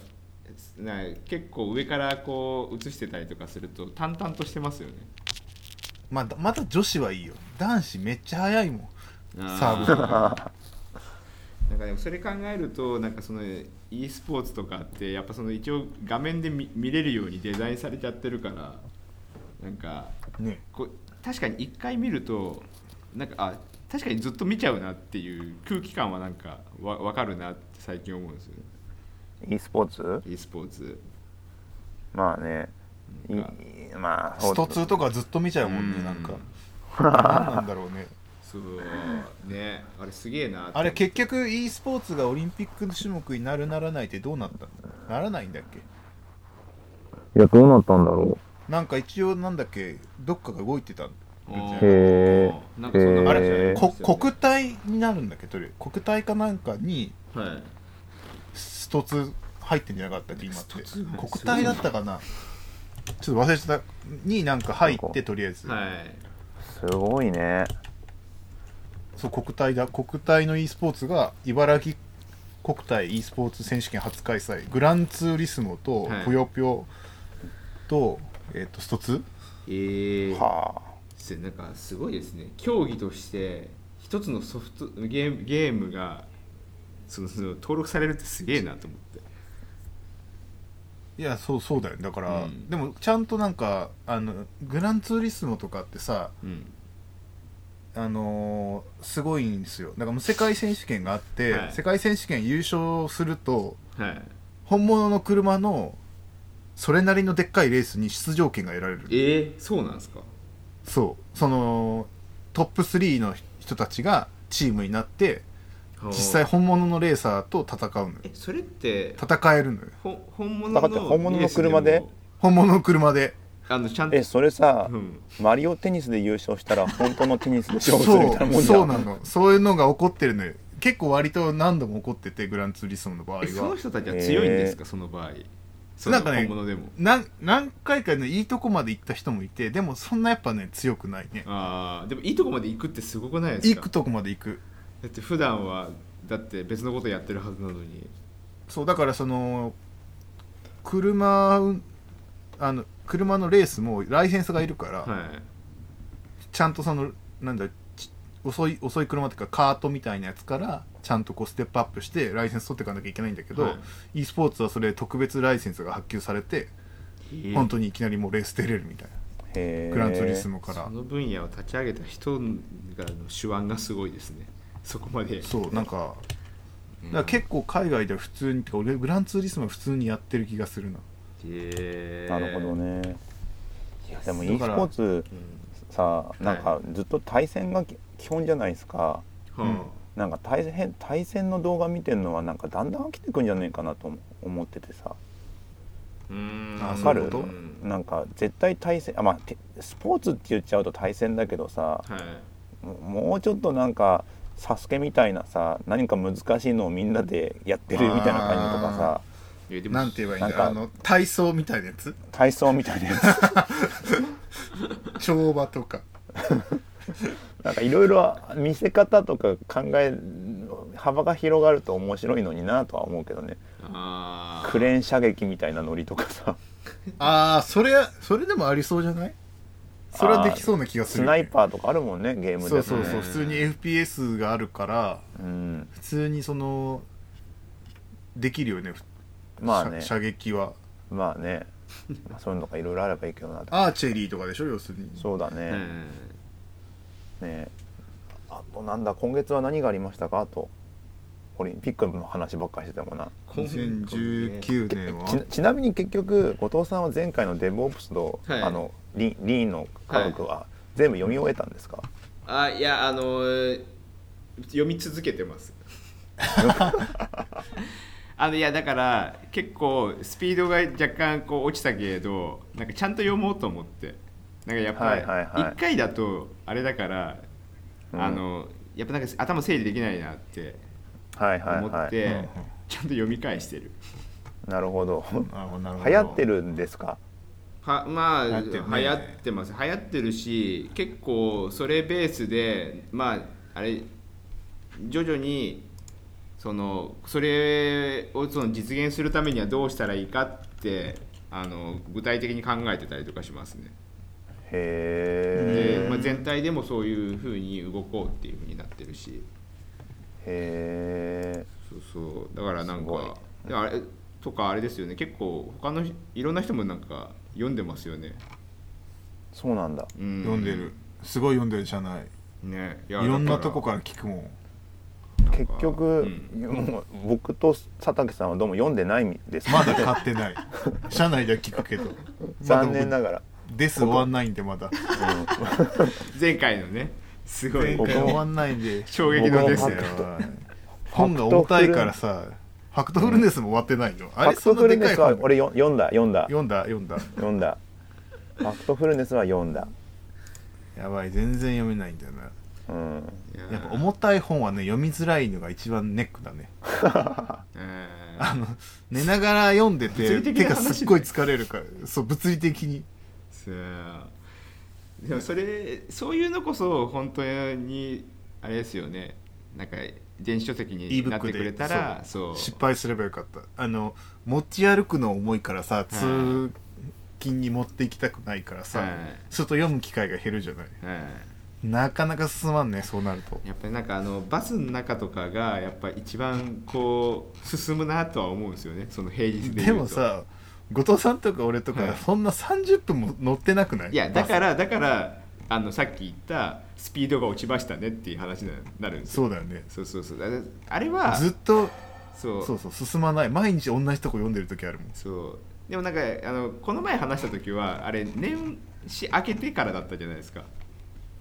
S3: な結構上からこう映してたりとかすると淡々としてますよね
S2: まだまだ女子はいいよ男子めっちゃ早いもんサーブ
S3: ブなんかでもそれ考えるとなんかその e スポーツとかってやっぱその一応画面で見見れるようにデザインされちゃってるからなんか
S2: ね
S3: こう確かに一回見るとなんかあ確かにずっと見ちゃうなっていう空気感はなんかわ分かるなって最近思うんですよね
S1: e スポーツ
S3: e スポーツ
S1: まあねい
S3: なんか
S1: まあ
S2: ス
S1: そう
S2: ト2とかずっと見ちゃうもんね
S3: うん
S2: なんか何なんだろう ね
S3: そうねあれすげえなって
S2: あれ結局 e スポーツがオリンピック種目になるならないってどうなったんだならないんだっけ
S4: いや、どうなったんだろ
S2: なんか一応なんだっけどっかが動いてたんだ
S3: うん
S4: へえ
S3: なんかそん
S4: へえ
S2: あ
S3: な話じゃない
S2: れ、
S3: ですよ
S2: こ
S3: ね
S2: 国体になるんだっけどれ国体かなんかに
S3: はい
S2: ストツ入ってんじゃなかったっけ今っ
S3: スト
S2: て
S3: ツ
S2: 国体だったかなちょっと忘れてたになんか入ってとりあえず、
S3: はい、
S1: すごいね
S2: そう国体だ国体の e スポーツが茨城国体 e スポーツ選手権初開催グランツーリスモと
S3: はい
S2: ぷよぷよと,、えっとストツ
S3: えー、
S1: はあ
S3: それなんかすごいですね競技として一つのソフトゲームゲームがそのその登録されるってすげえなと思って
S2: いやそうそうだよだから、
S3: うん
S2: でもちゃんとなんかあのグランツーリスモとかってさ
S3: うん
S2: あのーすごいんですよだからもう世界選手権があって、
S3: はい
S2: 世界選手権優勝すると
S3: はい
S2: 本物の車のそれなりのでっかいレースに出場権が得られる
S3: えー、そうなんですか
S2: そうそのトップ3の人たちがチームになって実際
S3: はあ
S2: 本物のレーサーと戦うのよ
S3: えそれって
S2: 戦えるのよ
S3: ほ本物
S1: だ
S3: の
S1: から本物の車で
S3: レースも
S2: 本物の車で
S3: あのちゃんと
S1: えそれさ、
S3: うん
S1: マリオテニスで優勝したら本当のテニスで勝
S2: そう
S1: 負するみたいなもんじゃん
S2: そうなのそういうのが起こってるのよ結構割と何度も起こっててグランツーリスモの場合
S3: えその
S2: は
S3: 人たちは強いんですか、その場合その
S2: なんかね
S3: 本物でも
S2: なん何回かねいいとこまで行った人もいてでもそんなやっぱね強くないね
S3: ああでもいいとこまで行くってすごくないです
S2: 行
S3: か
S2: くとこまで行く
S3: だって普段はだって別のことやってるはずなのに
S2: そうだからその車うんあの車のレースもライセンスがいるから、
S3: はい
S2: ちゃんとそのなんだち遅い遅い車っていうかカートみたいなやつからちゃんとこうステップアップしてライセンス取っていかなきゃいけないんだけど、
S3: はい
S2: e スポーツはそれ特別ライセンスが発給されて、本当にいきなりもうレース出れるみたいな、
S1: へえ
S2: グランツーリスモか
S3: そ
S2: ら
S3: の分野を立ち上げた人がの手腕がすごいですねそこまで
S2: そうなんかだから結構海外では普通にてか俺グランツーリスモは普通にやってる気がするな
S3: へえ
S1: なるほどねいやでも e ス
S2: だ
S1: ポ
S2: から
S1: ーツ
S3: う
S1: さなんかずっと対戦がき基本じゃないですか
S3: んはあ
S1: なんか対戦対戦の動画見てるのはなんかだんだん飽きてくんじゃないかなと思思っててさ
S3: うーん
S2: あ
S1: わか
S2: そうい
S1: る
S2: うこと
S3: ん
S1: なんか絶対対戦あまあてスポーツって言っちゃうと対戦だけどさ
S3: はい
S1: ももうちょっとなんか「サスケみたいなさ何か難しいのをみんなでやってるみたいな感じとかさ
S3: いやでも
S2: なんて言えばいいんだ
S1: なんか
S2: あの体操みたいなやつ
S1: 体操みたいなやつ
S2: 跳馬とか
S1: なんかいろいろ見せ方とか考え幅が広がると面白いのになとは思うけどね
S3: あー
S1: クレーン射撃みたいなノリとか さ
S2: ああそれそれでもありそうじゃないそれはできそうな気がす
S1: ス
S2: る、
S1: ナイパーとかあるもんねゲームで
S2: そうそう
S1: ね
S2: そう普通に FPS があるから
S1: うん
S2: 普通にそのできるよねふ
S1: まあね
S2: 射射撃は
S1: まあねまあそういうのがいろいろあればいいけどなと
S2: アーチェリーとかでしょ要するに
S1: そうだね、
S3: うん
S1: ねあとなんだ今月は何がありしたかあとオリンピックの話ばっかりしてたもんな
S2: 2019年は
S1: ちちなみに結局後藤さんは前回のデブオプスと、
S3: はい
S1: あのリリーンの家族は全部読み終えたんですか、
S3: あいやあのー読み続けてますあのいやだから結構スピードが若干こう落ちたけれどなんかちゃんと読もうと思ってなんかやっぱり
S1: はいはいはい
S3: 1回だとあれだから、
S1: うん
S3: あのやっぱなんか頭整理できないなって
S1: はいはい
S3: 思
S1: は
S3: っ
S1: い
S3: て、
S2: うんうん
S3: ちゃんと読み返してる
S1: なるほど
S2: あなるほど
S1: 流行ってるんですか
S3: はまあ
S2: 流
S3: 流
S2: 行
S3: 行
S2: ってるね
S3: ってます流行ってるし結構それベースでまああれ徐々にそのそれをその実現するためにはどうしたらいいかってあの具体的に考えてたりとかしますね。
S1: へ
S3: で、
S1: え、
S3: まあ、全体でもそういうふうに動こうっていうふうになってるし
S1: へえ
S3: そうそうだからなん
S1: すごい
S3: かであれとかあれですよね結構他のいろんな人もなんか読んでますよね。
S1: そうなんだ
S3: う
S2: 読んでるすごい読んでるじゃない
S3: ね、い
S2: い
S3: や
S2: ろんな
S3: だら
S2: とこから聞くもん
S1: 結局、
S3: う
S1: もう僕と佐竹さん はどうも読んでないんです
S2: まだ買ってない社内では聞くけど
S1: 残念ながら
S2: まです終わんないんでまだ
S3: 前回のねすごい
S2: 前回
S1: 僕
S2: 終
S1: も
S2: わんないんで
S3: 衝撃のですよ
S2: 僕もはい本が重たいからさ「ファクトフルネス」も終わってないよ、あ
S1: ファ
S2: れ
S1: クト
S2: そんな
S1: フル
S2: で
S1: ネ
S2: かい
S1: スは
S2: 本
S1: 俺よ読んだ読んだ
S2: 読んだ読んだ
S1: 読んだファクトフルネスは読んだ
S2: やばい全然読めないんだよな
S1: うん
S3: い
S2: や
S3: や
S2: っぱ重たい本はね読みづらいのが一番ネックだね
S3: うん
S2: あの寝ながら読んで
S3: 物
S2: て
S3: 理的
S2: 手
S3: な
S2: が
S3: 話ね
S2: すっごい疲れるからそう物理的に
S3: そうでもそれそういうのこそ本当にあれですよねなんか電子書籍になって
S2: ebook
S3: くれたら
S2: で
S3: そう
S2: 失敗すればよかったあの持ち歩くの重いからさ通勤に持っていきたくないからさ、
S3: はい
S2: ちょっと読む機会が減るじゃない
S3: うん
S2: なかなか進まんねそうなると
S3: やっぱりなんかあのバスの中とかがやっぱ一番こう進むなとは思うんですよねその平日で言うと
S2: でもさ後藤さんとか俺と
S3: はい
S2: かそんな30分も乗ってなくない
S3: いやだからだからあのさっき言ったスピードが落ちましたねっていう話になるんですよ
S2: そうだよね
S3: そうそうそうあれあれは
S2: ずっと
S3: そう
S2: そうそう進まない毎日同じとこ読んでる時あるもん
S3: そうでもなんかあのこの前話した時はあれ年始明けてからだったじゃないですか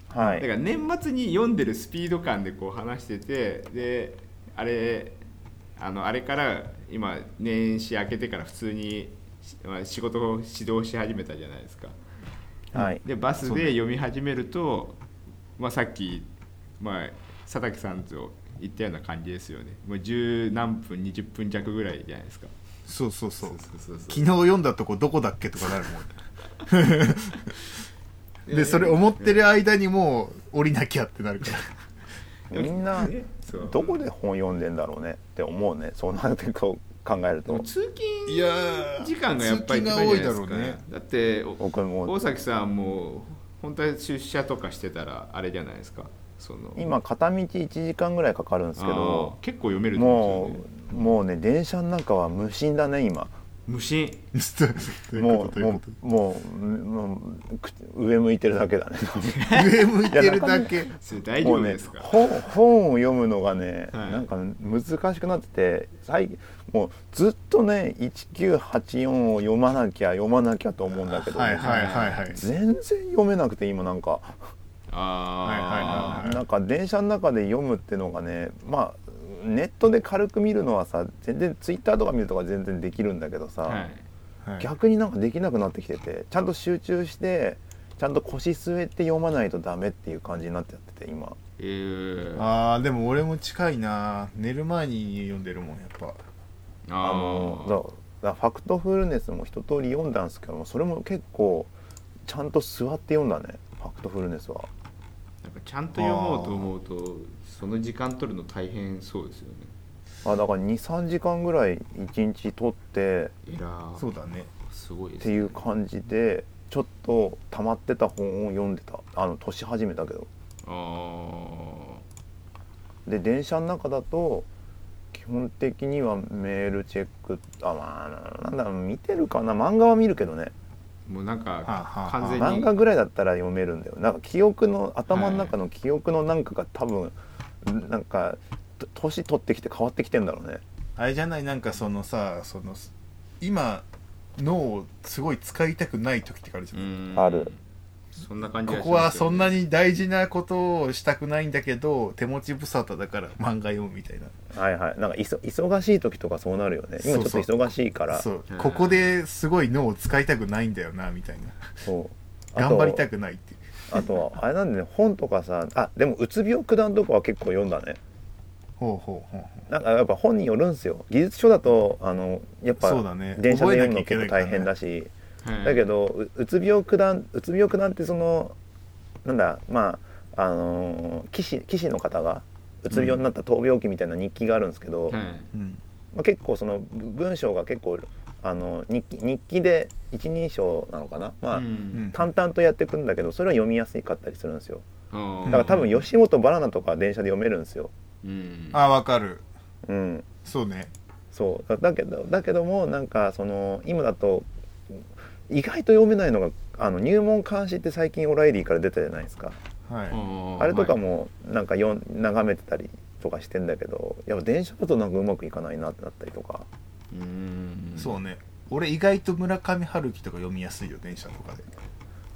S1: は
S3: だか
S1: い
S3: ら年末に読んでるスピード感でこう話しててであれあのあれから今年始明けてから普通にしまあ仕事を指導し始めたじゃないですか
S1: はい
S3: でバスで読み始めると、まあ、さっき、まあ、佐竹さんと言ったような感じですよねもう十何分20分弱ぐらいじゃないですか
S2: そうそうそう
S3: そうそう
S2: 昨日読んだとこどこだっけとかなるもんでそれ思ってる間にもう降りなきゃってなるから
S1: みんな
S3: ねそう
S1: どこで本読んでんだろうねって思うねそうなってこう考える
S3: でも
S1: と
S3: 通勤
S2: いやー
S3: 時間がやっぱり
S2: 通
S3: 一
S2: 勤
S3: 番
S2: が
S3: じゃ
S2: 多
S3: な
S2: いだ
S3: いです
S2: ろ
S3: か
S2: うね
S3: だってお
S1: 僕も
S3: 大崎さんも本当は出社とかしてたらあれじゃないですかその
S1: 今片道1時間ぐらいかかるんですけど
S3: あー結構読めると思う
S1: も
S3: んですよね
S1: うもうね電車の中は無心だね今
S3: 無心
S2: ちょっとどういう
S1: も
S2: こと
S1: う
S2: どういう
S1: も
S2: こと
S1: うもうもう口上向いてるだけだね
S2: 上向いてるだけ
S3: それ大丈
S1: もう
S3: 夫
S1: ね
S3: ですか、
S1: 本本を読むのがね、
S3: はい
S1: なんか難しくなってて最もうずっとね1984を読まなきゃ読まなきゃと思うんだけど、
S2: はいはいはいはい
S1: 全然読めなくて今なんか。
S3: あ
S2: はい
S1: なんか電車の中で読むってのがねまあネットで軽く見るのはさ全然ツイッターとか見るとか全然できるんだけどさ、
S3: あはい
S2: はい
S1: 逆になんかできなくなってきててちゃんと集中してちゃんと腰据えて読まないとダメっていう感じになっちゃってて今
S3: えー、
S2: あーでも俺も近いな寝る前に読んでるもんやっぱ
S1: あ
S3: あ
S1: の
S3: ー
S1: そうだからファクトフルネスも一通り読んだんですけどもそれも結構ちゃんと座って読んだねファクトフルネスは
S3: なんかちゃんと読もうと思うとその時間取るの大変そうですよね
S1: あだから23時間ぐらい1日取って
S3: えらー
S2: そうだね
S3: すごいで
S1: っ
S3: す
S1: ていう感じでちょっと溜まってた本を読んでたあの年始めたけど
S3: あー
S1: で電車の中だと基本的にはメールチェックあまあなんだ見てるかな漫画は見るけどね
S3: もうなん
S2: はあは
S3: か
S2: あ
S3: 完全に
S1: 漫画ぐらいだったら読めるんだよなんか記憶の頭の中の記憶のなんかが多分なんかと年取ってきて変わってきてんだろうね
S2: あれじゃないなんかそのさその今脳をすごい使いたくない時ってあるじゃん、
S3: うん
S1: ある
S3: そんな感じ
S2: こ
S3: がし
S2: こ
S3: ま
S2: は
S3: す
S2: そ
S3: よ
S2: ん
S3: ね
S2: なに大事なことをしたくないんだけど手持ち無沙汰だから漫画読むみたいな
S1: はいはいなんかいそ忙しい時とかそうなるよね今ちょっと
S2: そうそ
S1: 忙しいから
S2: そう
S3: うん
S2: ここですごい脳を使いたくないんだよなみたいな
S1: そうあと
S2: 頑張りたくないっていう
S1: あとはあれなんでね本とかさあでもうつ病九段とかは結構読んだね
S2: ほうほうほうほ
S1: なんかやっぱ本によるんですよ技術書だとあのやっぱ
S2: そうだね
S1: 電車で読む
S2: 覚えなきゃ
S1: の
S2: いけな
S1: 結構
S2: いからね
S1: 大変だし、
S3: はい
S1: だけどううつ病九段うつ病九段ってそのなんだまああのー棋士棋士の方がうつ病になった闘病記みたいな日記があるんですけど、
S3: は
S1: ま
S3: い、
S2: う、うん、
S1: あ、結構そのぶ文章が結構あの日記日記で一人称なのかな、まあ
S3: うん
S1: 淡々とやっていくんだけどそれは読みやすかったりするんですよ。
S3: う
S1: だ
S3: ん
S1: から多分吉本バナナとかは電車で読めるんですよ。
S3: うん
S2: あわかる
S1: うん、
S2: そうね
S1: そうだだけどだけどもなんかその今だと意外と読めないのがあの入門監視って最近オライリーから出たじゃないですか。
S2: はい、
S3: うん
S1: あれとか
S3: はい
S1: もなんかよ眺めてたりとかしてんだけど、やっぱ電車だとなんかうまくいかないなってなったりとか。
S3: うん
S2: そうね俺意外と村上春樹とか読みやすいよ電車とかで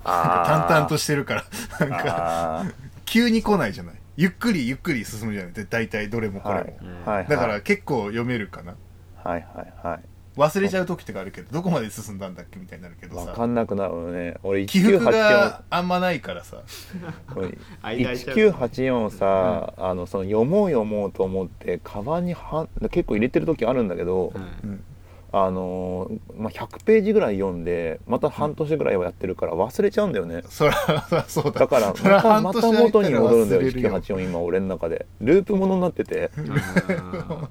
S1: あ
S2: 淡々と
S1: し
S2: してるからなんか
S1: か
S2: 急に来ないじゃないゆっくりゆっくり進むじゃないで大体どれもこ
S1: は
S2: れ
S1: い
S2: も、
S1: はい
S2: だから結構読めるかな
S1: はいはいはい
S2: 忘れちゃう時とかあるけどどこまで進んだんだっけみたいになるけど
S1: 分
S2: さ
S1: かんなくなるよね俺
S2: 起伏
S1: 1984
S2: があんまないからさ
S1: 俺
S3: 間空いちゃう
S1: 1984をさ、あのその読もう読もうと思ってカバンには結構入れてる時あるんだけど、
S3: うん
S1: あのーまあ、100ページぐらい読んでまた半年ぐらいはやってるから忘れちゃうんだよ ね、
S2: そらそらそうだ
S1: だから
S2: そら
S1: また
S2: 半
S1: ま
S2: 年
S1: た元に戻るんだよ
S2: 空いたら忘れる
S1: 1984今俺の中でループものになってて
S3: あ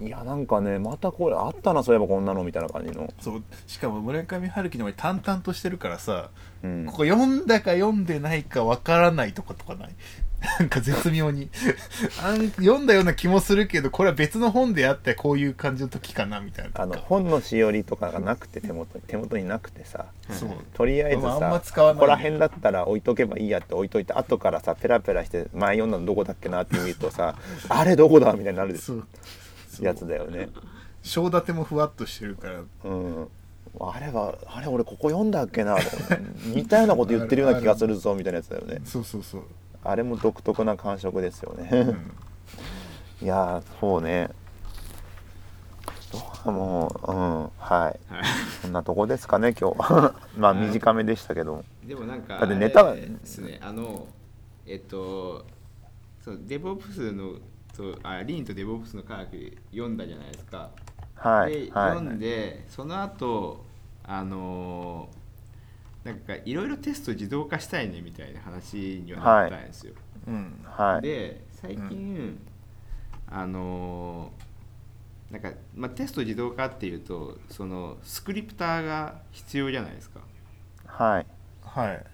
S1: いやなんかねまたこれあったなそういえばこんなのみたいな感じの、
S2: そうしかも村上春樹の場合淡々としてるからさ、
S1: うん
S2: ここ読んだか読んでないかわからないとことかない なんか絶妙に あん読んだような気もするけどこれは別の本であってこういう感じの時かなみたいなとか
S1: あの本のしおりとかがなくて手元に手元になくてさ
S2: そう
S1: とりあえず
S2: まあ
S1: さ、
S2: あんま使わない
S1: ここら辺だったら置いとけばいいやって置いといて後からさペラペラして前読んだのどこだっけなって見るとさ あれどこだみたいになる
S2: そう
S1: やつだよね。
S2: 章立てもふわっとしてるから
S1: うんあれはあれ俺ここ読んだっけな似たようなこと言ってるような気がするぞみたいなやつだよね
S2: そうそうそう、
S1: あれも独特な感触ですよ
S2: う
S1: ね
S2: ん
S1: いやーそうねどうもううんはいこんなとこですかね今日 まあ短めでしたけども
S3: でもなんか
S1: だってネタが
S3: あれですねあのえっとそうデボプスのとあリーンとデボプスの科学読んだじゃないですか、
S1: はい
S3: で
S1: はい
S3: 読んでその後あのーなんかいろいろテスト自動化したいねみたいな話にはなったんですよ、
S2: うん、
S1: はい
S3: で最近、あのーなんか、まあ、テスト自動化っていうとそのスクリプターが必要じゃないですか
S1: はい
S2: はい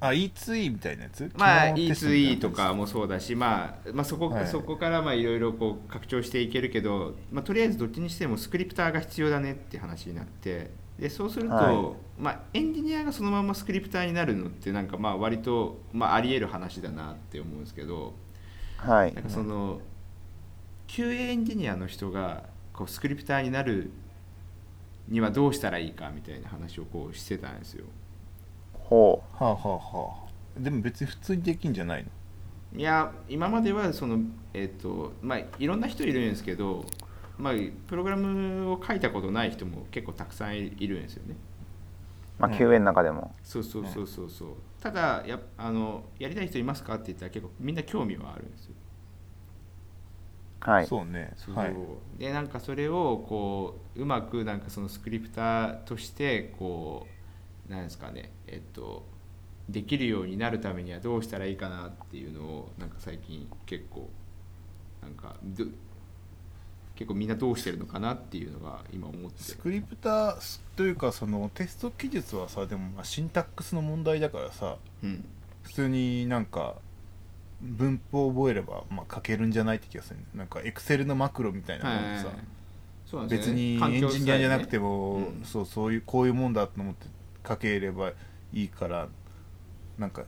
S2: あ E2E みたいなやつ
S3: まあ
S2: 機能テストみたいな
S3: E2E
S2: やつ
S3: とかもそうだし、まあ、まあそこ、
S2: はい
S3: そこからまあいろいろこう拡張していけるけど、まあ、とりあえずどっちにしてもスクリプターが必要だねって話になってでそうすると、
S1: は
S3: まあ、エンジニアがそのままスクリプターになるのってなんかまあ割と、まあ、ありえる話だなって思うんですけど
S1: はい
S3: なんかその QA エンジニアの人がこうスクリプターになるにはどうしたらいいかみたいな話をこうしてたんですよ。
S1: ほう
S2: はあはあはあでも別に普通にできんじゃないの
S3: いや今まではそのえっ、とまあいろんな人いるんですけど、まあプログラムを書いたことない人も結構たくさんいいるんですよね。
S1: まあ
S2: うん
S1: QA の中でも
S3: そうそうそうそうそう。ただやあのやりたい人いますかって言ったら結構みんな興味はあるんですよ。
S1: はい
S2: そうね
S3: そう
S2: はい
S3: でなんかそれをこううまくなんかそのスクリプターとしてこうなんですかねえっとできるようになるためにはどうしたらいいかなっていうのをなんか最近結構なんかど結構みんなどうしてるのかなっていうのが今思って
S2: ス
S3: る
S2: クリプターというかそのテスト技術はさでもまあシンタックスの問題だからさ
S3: うん
S2: 普通になんか文法を覚えればまあ書けるんじゃないって気がするねなんかエクセルのマクロみたいなもんでさ、
S3: そうなんで
S2: 別
S3: すよね
S2: に
S3: 環
S2: エ
S3: 境
S2: ンジニアじゃなくて
S3: う
S2: も、
S3: ん
S2: そうそういうこういうもんだと思って書ければいいからなんか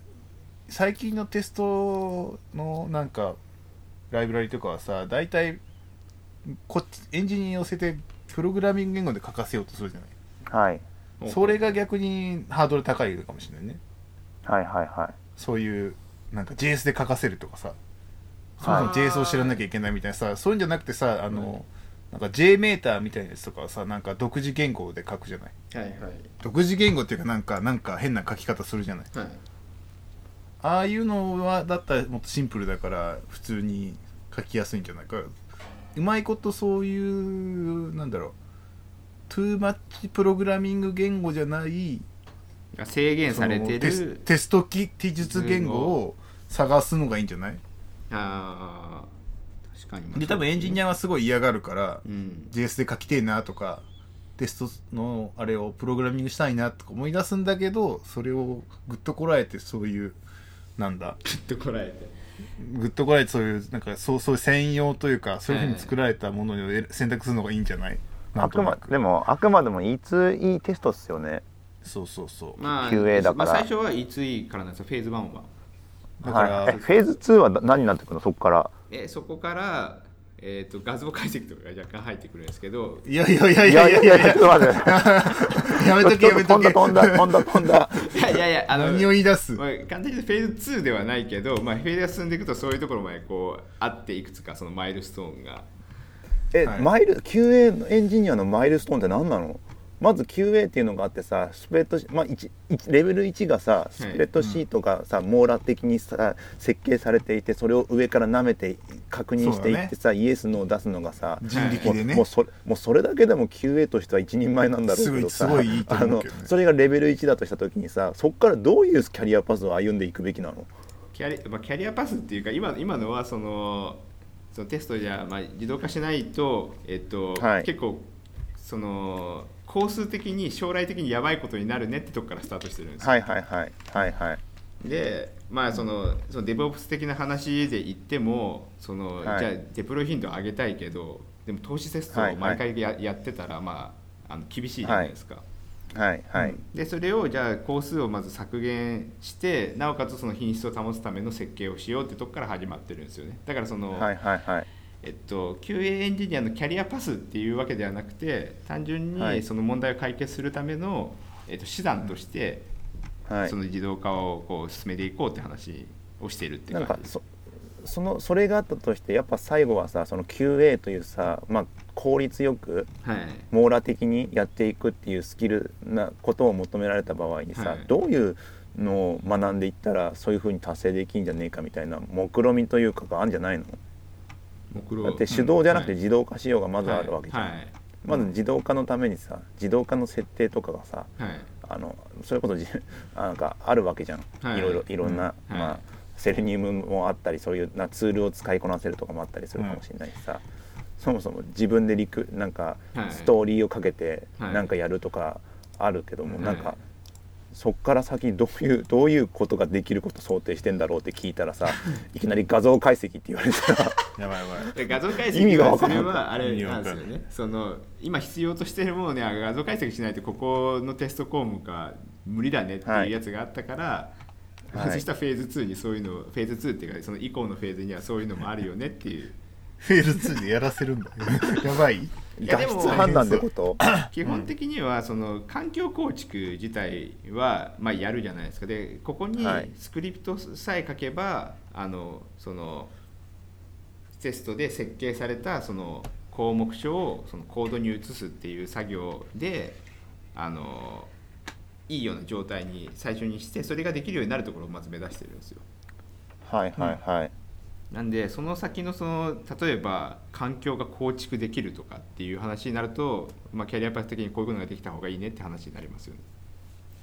S2: 最近のテストのなんかライブラリとかはさ大体こっちエンジニアに寄せてプログラミング言語で書かせようとするじゃない
S1: はい
S2: それが逆にハードル高いかもしれないね
S1: はいはいはい
S2: そういうなんか JS で書かせるとかさそもそも JS を知らなきゃいけないみたいなさそういうんじゃなくてさあの、なんか J メーターみたいなやつとかはさなんか独自言語で書くじゃない
S3: はいはい
S2: 独自言語っていうかなんかなんか変な書き方するじゃない
S3: はい
S2: ああいうのはだったらもっとシンプルだから普通に書きやすいんじゃないかうまいことそういうなんだろうトゥーマッチプログラミング言語じゃない
S3: が制限
S2: そ
S3: さ
S2: の
S3: れて
S2: テス
S3: る
S2: テスト技術言語を探すのがいいんじゃない
S3: あー確かにまあ
S2: で多分エンジニアはすごい嫌がるから
S3: うん
S2: JS で書きてえなとかテストのあれをプログラミングしたいなとか思い出すんだけどそれをグッとこらえてそういうなんだ
S3: ちょっとこらえて
S2: グッとこらえてそういうなんかそうそういう専用というかそういうふうに作られたものを選選択するのがいいんじゃないな
S1: あ
S2: んと
S1: く
S2: な
S1: ま
S2: く
S1: でもあくまでも E2E テストっすよね
S2: そうそうそう
S3: まあ、
S1: QA だから
S3: まあ、最初はいついからなんですよフェーズ1は
S2: だから、
S1: はい、えフェーズ2は何になってくるのそこから
S3: でそこから、えー、と画像解析とかが若干入ってくるんですけど
S2: いやいやいやいやいやいや
S1: ちょっと待って
S2: い やめとけやめとけ
S1: 飛んだ飛んだ飛んだ飛んだ
S3: いやいやいやあの
S2: 何を言い出す
S3: まあ、簡単に言うとフェーズ2ではないけど、まあ、フェーズが進んでいくとそういうところまでこうあっていくつかそのマイルストーンが
S1: え、
S2: はい
S1: マイル QA のエンジニアのマイルストーンって何なのまず QA っていうのがあってさスプレッドシ、まあ、一一レベル1がさスプレッドシートがさ、網羅的にさ設計されていてそれを上から舐めて確認していってさ、イエスノーを出すのがさ
S2: 人力でね
S1: もうもうそれもうそれだけでも QA としては一人前なんだろうけど
S2: す
S1: さ
S2: ごいすごいいいと
S1: あ
S2: 思う
S1: の
S2: けどね
S1: それがレベル1だとした時にさそこからどういうキャリアパスを歩んでいくべきなの
S3: キャリ,、まあ、キャリアパスっていうか今今のはそのそのテストじゃ、まあ、自動化しないと、えっと
S1: はい
S3: 結構その工数的に将来的にやばいことになるねってとこからスタートしてるんですよ
S1: はいはいはいはいはい
S3: でまあそのそのデブオプス的な話で言ってもその、
S1: はい
S3: じゃあデプロイ頻度を上げたいけどでも投資テストを毎回や,、やってたらまああの厳しいじゃないですか、
S1: はいはい、
S3: でそれをじゃあ工数をまず削減してなおかつその品質を保つための設計をしようってとこから始まってるんですよねだからその、
S1: はいはいはい
S3: えっと、QA エンジニアのキャリアパスっていうわけではなくて単純
S1: はい
S3: にその問題を解決するための、えっと、手段として、
S1: はい
S3: その自動化をこう進めていこうって話をしているって
S1: なんか
S3: 感じです
S1: そそのそれがあったとしてやっぱ最後はさその QA というさ、まあ、効率よく
S3: はい
S1: 網羅的にやっていくっていうスキルなことを求められた場合にさ、
S3: はい
S1: どういうのを学んでいったらそういうふうに達成できんじゃねえかみたいな目論見みというかがあるんじゃないの
S3: 目論
S1: だって手動じゃなくて
S3: うん
S1: 自動化しようがまず
S3: はい
S1: あるわけじゃん、
S3: はい
S1: まず自動化のためにさ自動化の設定とかがさ
S3: はい
S1: あのそういうことじ あなんかあるわけじゃん、
S3: はい
S1: い、ろいろいろんな、
S3: うんはい
S1: まあ、セレニウムもあったりそういうなツールを使いこなせるとかもあったりするかもしれないしさ、そもそも自分でリクなんか
S3: はい
S1: ストーリーをかけて
S3: はい
S1: なんかやるとかあるけども、
S3: はい
S1: なんかそっから先どういうどういうことができること想定してんだろうって聞いたら さいきなり画像解析って言われてさ
S2: やばいやばい
S3: で画像解
S1: 意
S3: 析
S1: 味が
S3: は
S1: 分か
S3: そ
S1: んな
S3: れ
S1: い
S3: はあれなんですよ
S2: 意味
S3: ねその今必要としているものには画像解析しないとここのテスト項目が無理だねっていうやつがあったから、
S1: はい
S3: 外したフェーズ2にそういうのフェーズ2っていうかその以降のフェーズにはそういうのもあるよねっていう
S2: フェール2でやらせるんだ やばい
S3: いやで
S1: 画
S3: も
S1: 質判断ってこと
S3: 基本的にはその環境構築自体はまあやるじゃないですかでここに
S1: はい
S3: スクリプトさえ書けばあのそのテストで設計されたその項目書をそのコードに移すっていう作業であのいいような状態に最初にしてそれができるようになるところをまず目指してるんですよ。
S1: はいはいはい、
S3: なんでその先のその例えば環境が構築できるとかっていう話になると、まあ、キャリアパス的にこういうのができた方がいいねって話になりますよね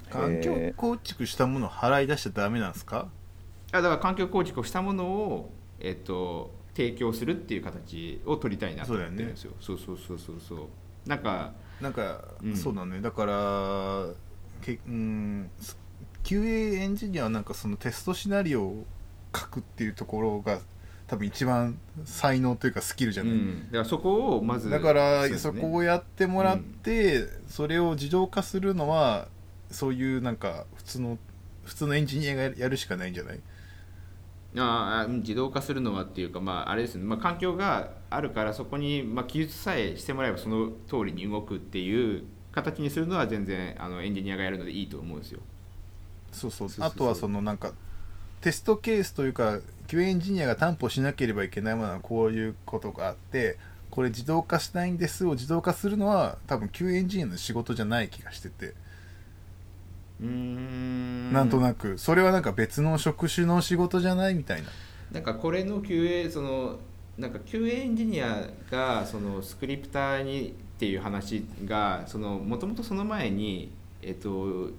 S2: 環境構築したものを払い出しちゃダメなんですか
S3: あだから環境構築をしたものを、えっと提供するっていう形を取りたいなと思ってるんですよそうそうそうそうそうなんか
S2: なんか、
S3: うん
S2: そうだねだからけうん QA エンジニアはなんかそのテストシナリオを書くっていうところが多分一番才能というかスキルじ
S3: う
S2: ゃない、
S3: んだからそこをまず
S2: だから
S3: うです
S2: そ
S3: ね
S2: こをやってもらって、それを自動化するのはそういうなんか普通の普通のエンジニアがやるしかないんじゃない
S3: ああうん自動化するのはっていうか、まあ、あれですね、まあ、環境があるからそこに、まあ、記述さえしてもらえばその通りに動くっていう形にするのは全然あのエンジニアがやるのでいいと思うんですよ。
S2: そうそう
S3: そうそうそう
S2: あとはそのなんかテストケースというか QA エンジニアが担保しなければいけないものはこういうことがあってこれ自動化したいんですを自動化するのは多分 QA エンジニアの仕事じゃない気がしてて、
S3: うーん
S2: なんと
S3: く
S2: なくそれはなんか別の職種の仕事じゃないみたいな
S3: なんかこれの QA そのなんか QA エンジニアがそのスクリプターにっていう話がそのもともとその前にえっと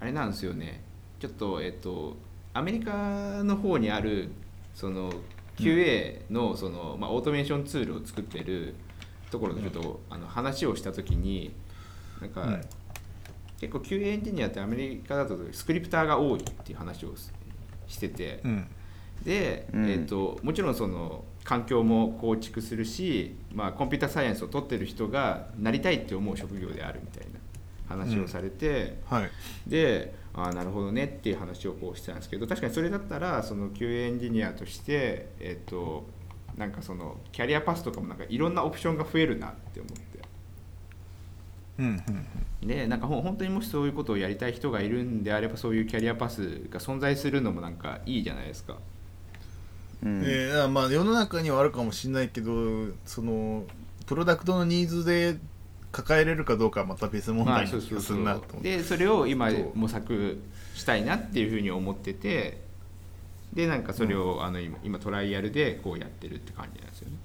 S3: あれなんですよねちょっとえっとアメリカの方にあるその QA のその、まあ、オートメーションツールを作ってるところでちょっと、あの話をした時になんか、
S2: うん
S3: 結構 QA エンジニアってアメリカだとスクリプターが多いっていう話をしてて、
S2: うん
S3: で、
S1: うん
S3: えー、ともちろんその環境も構築するし、まあ、コンピューターサイエンスを取ってる人がなりたいって思う職業であるみたいな話をされて、
S2: はい
S3: であーなるほどねっていう話をこうしてたんですけど確かにそれだったらその QA エンジニアとして、えー、となんかそのキャリアパスとかもなんかいろんなオプションが増えるなって思って
S2: うんうん
S3: でなんかほん本当にもしそういうことをやりたい人がいるんであればそういうキャリアパスが存在するのもなんかいいじゃないですか
S1: うん
S2: えーまあ世の中にはあるかもしれないけどそのプロダクトのニーズで抱えれるかどうかはまた別問
S3: まあ
S2: 題
S3: そうそ
S2: が
S3: う
S2: す
S3: そ
S2: るな
S3: う
S2: と思って、
S3: でそれを今
S2: そう
S3: 模索したいなっていうふうに思っててでなんかそれを、あの今今トライアルでこうやってるって感じなんですよね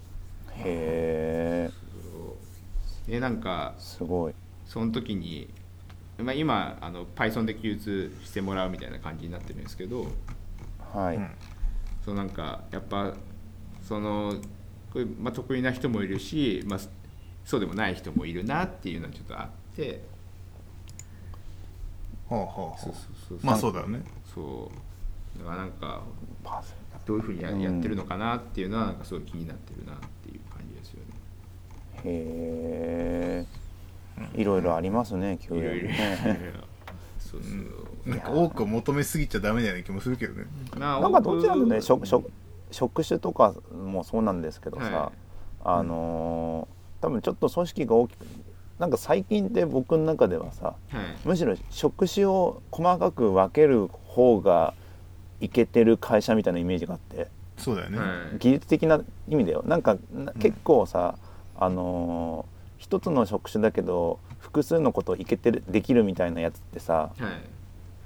S1: へえ
S3: でなんか
S1: すごい
S3: その時に、まあ、今あの Python で記述してもらうみたいな感じになってるんですけど
S1: はい、
S2: うん
S3: そうなんかやっぱそのこれ、まあ、得意な人もいるし、まあ、そうでもない人もいるなっていうのはちょっとあって
S2: ほうほう
S3: そ
S2: ほ
S3: うそうそう
S2: うまあそうだよね
S3: そうだからなんか
S1: パズ
S3: どういうふうにや,、
S1: うん
S3: やってるのかなっていうのはなんかすごい気になってるなっていう感じですよね。
S1: ルへえいろいろありますね教
S3: い
S1: 養
S3: ろいろ。いろいろ
S1: ね
S3: そうそう。
S2: なんか多くを求めすぎちゃダメなような気もするけどね
S3: まあ
S1: なんかどちらもね
S3: 多
S1: 職
S3: く
S1: 職職種とかもそうなんですけどさ、
S3: は
S1: あのー多分ちょっと組織が大きくなんか最近って僕の中ではさ
S3: はい。
S1: むしろ職種を細かく分ける方がいけてる会社みたいなイメージがあって
S2: そうだよね、
S3: はい
S1: 技術的な意味だよなんかな結構さ、あのー一つの職種だけど複数のことをいけてるできるみたいなやつってさ
S3: はい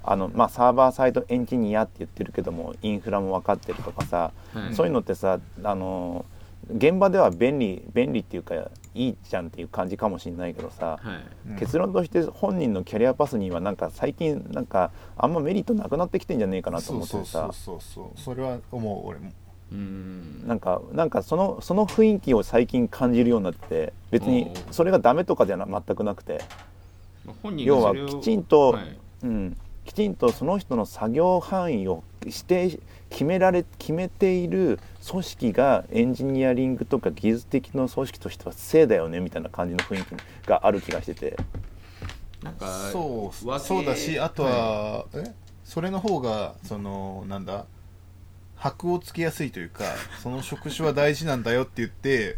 S1: あの、まあ、サーバーサイドエンジニアって言ってるけどもインフラも分かってるとかさ、
S3: はい
S1: そういうのってさあの現場では便利便利っていうかいいじゃんっていう感じかもしれないけどさ、
S3: はい
S2: うん
S1: 結論として本人のキャリアパスにはなんか最近なんかあんまメリットなくなってきてんじゃねえかなと
S2: そ
S1: 思
S2: う
S1: って
S2: そ
S1: て
S2: うそ
S1: さ
S2: うそうそうそれは思う俺も
S3: うーん。
S1: なんかなんかそのその雰囲気を最近感じるようになって別に
S3: おう
S1: それがダメとかじゃな全くなくて、
S3: まあ本人
S1: 要は
S3: がそれを
S1: きちんと
S3: はい
S1: うん、きちんとその人の作業範囲を指定決められ決めている組織がエンジニアリングとか技術的な組織としては正だよねみたいな感じの雰囲気がある気がしてて
S3: なんか
S2: そう
S3: 分け
S2: そうだしあとは、えそれの方がそのなんだ箔をつけやすいというかその職種は大事なんだよって言って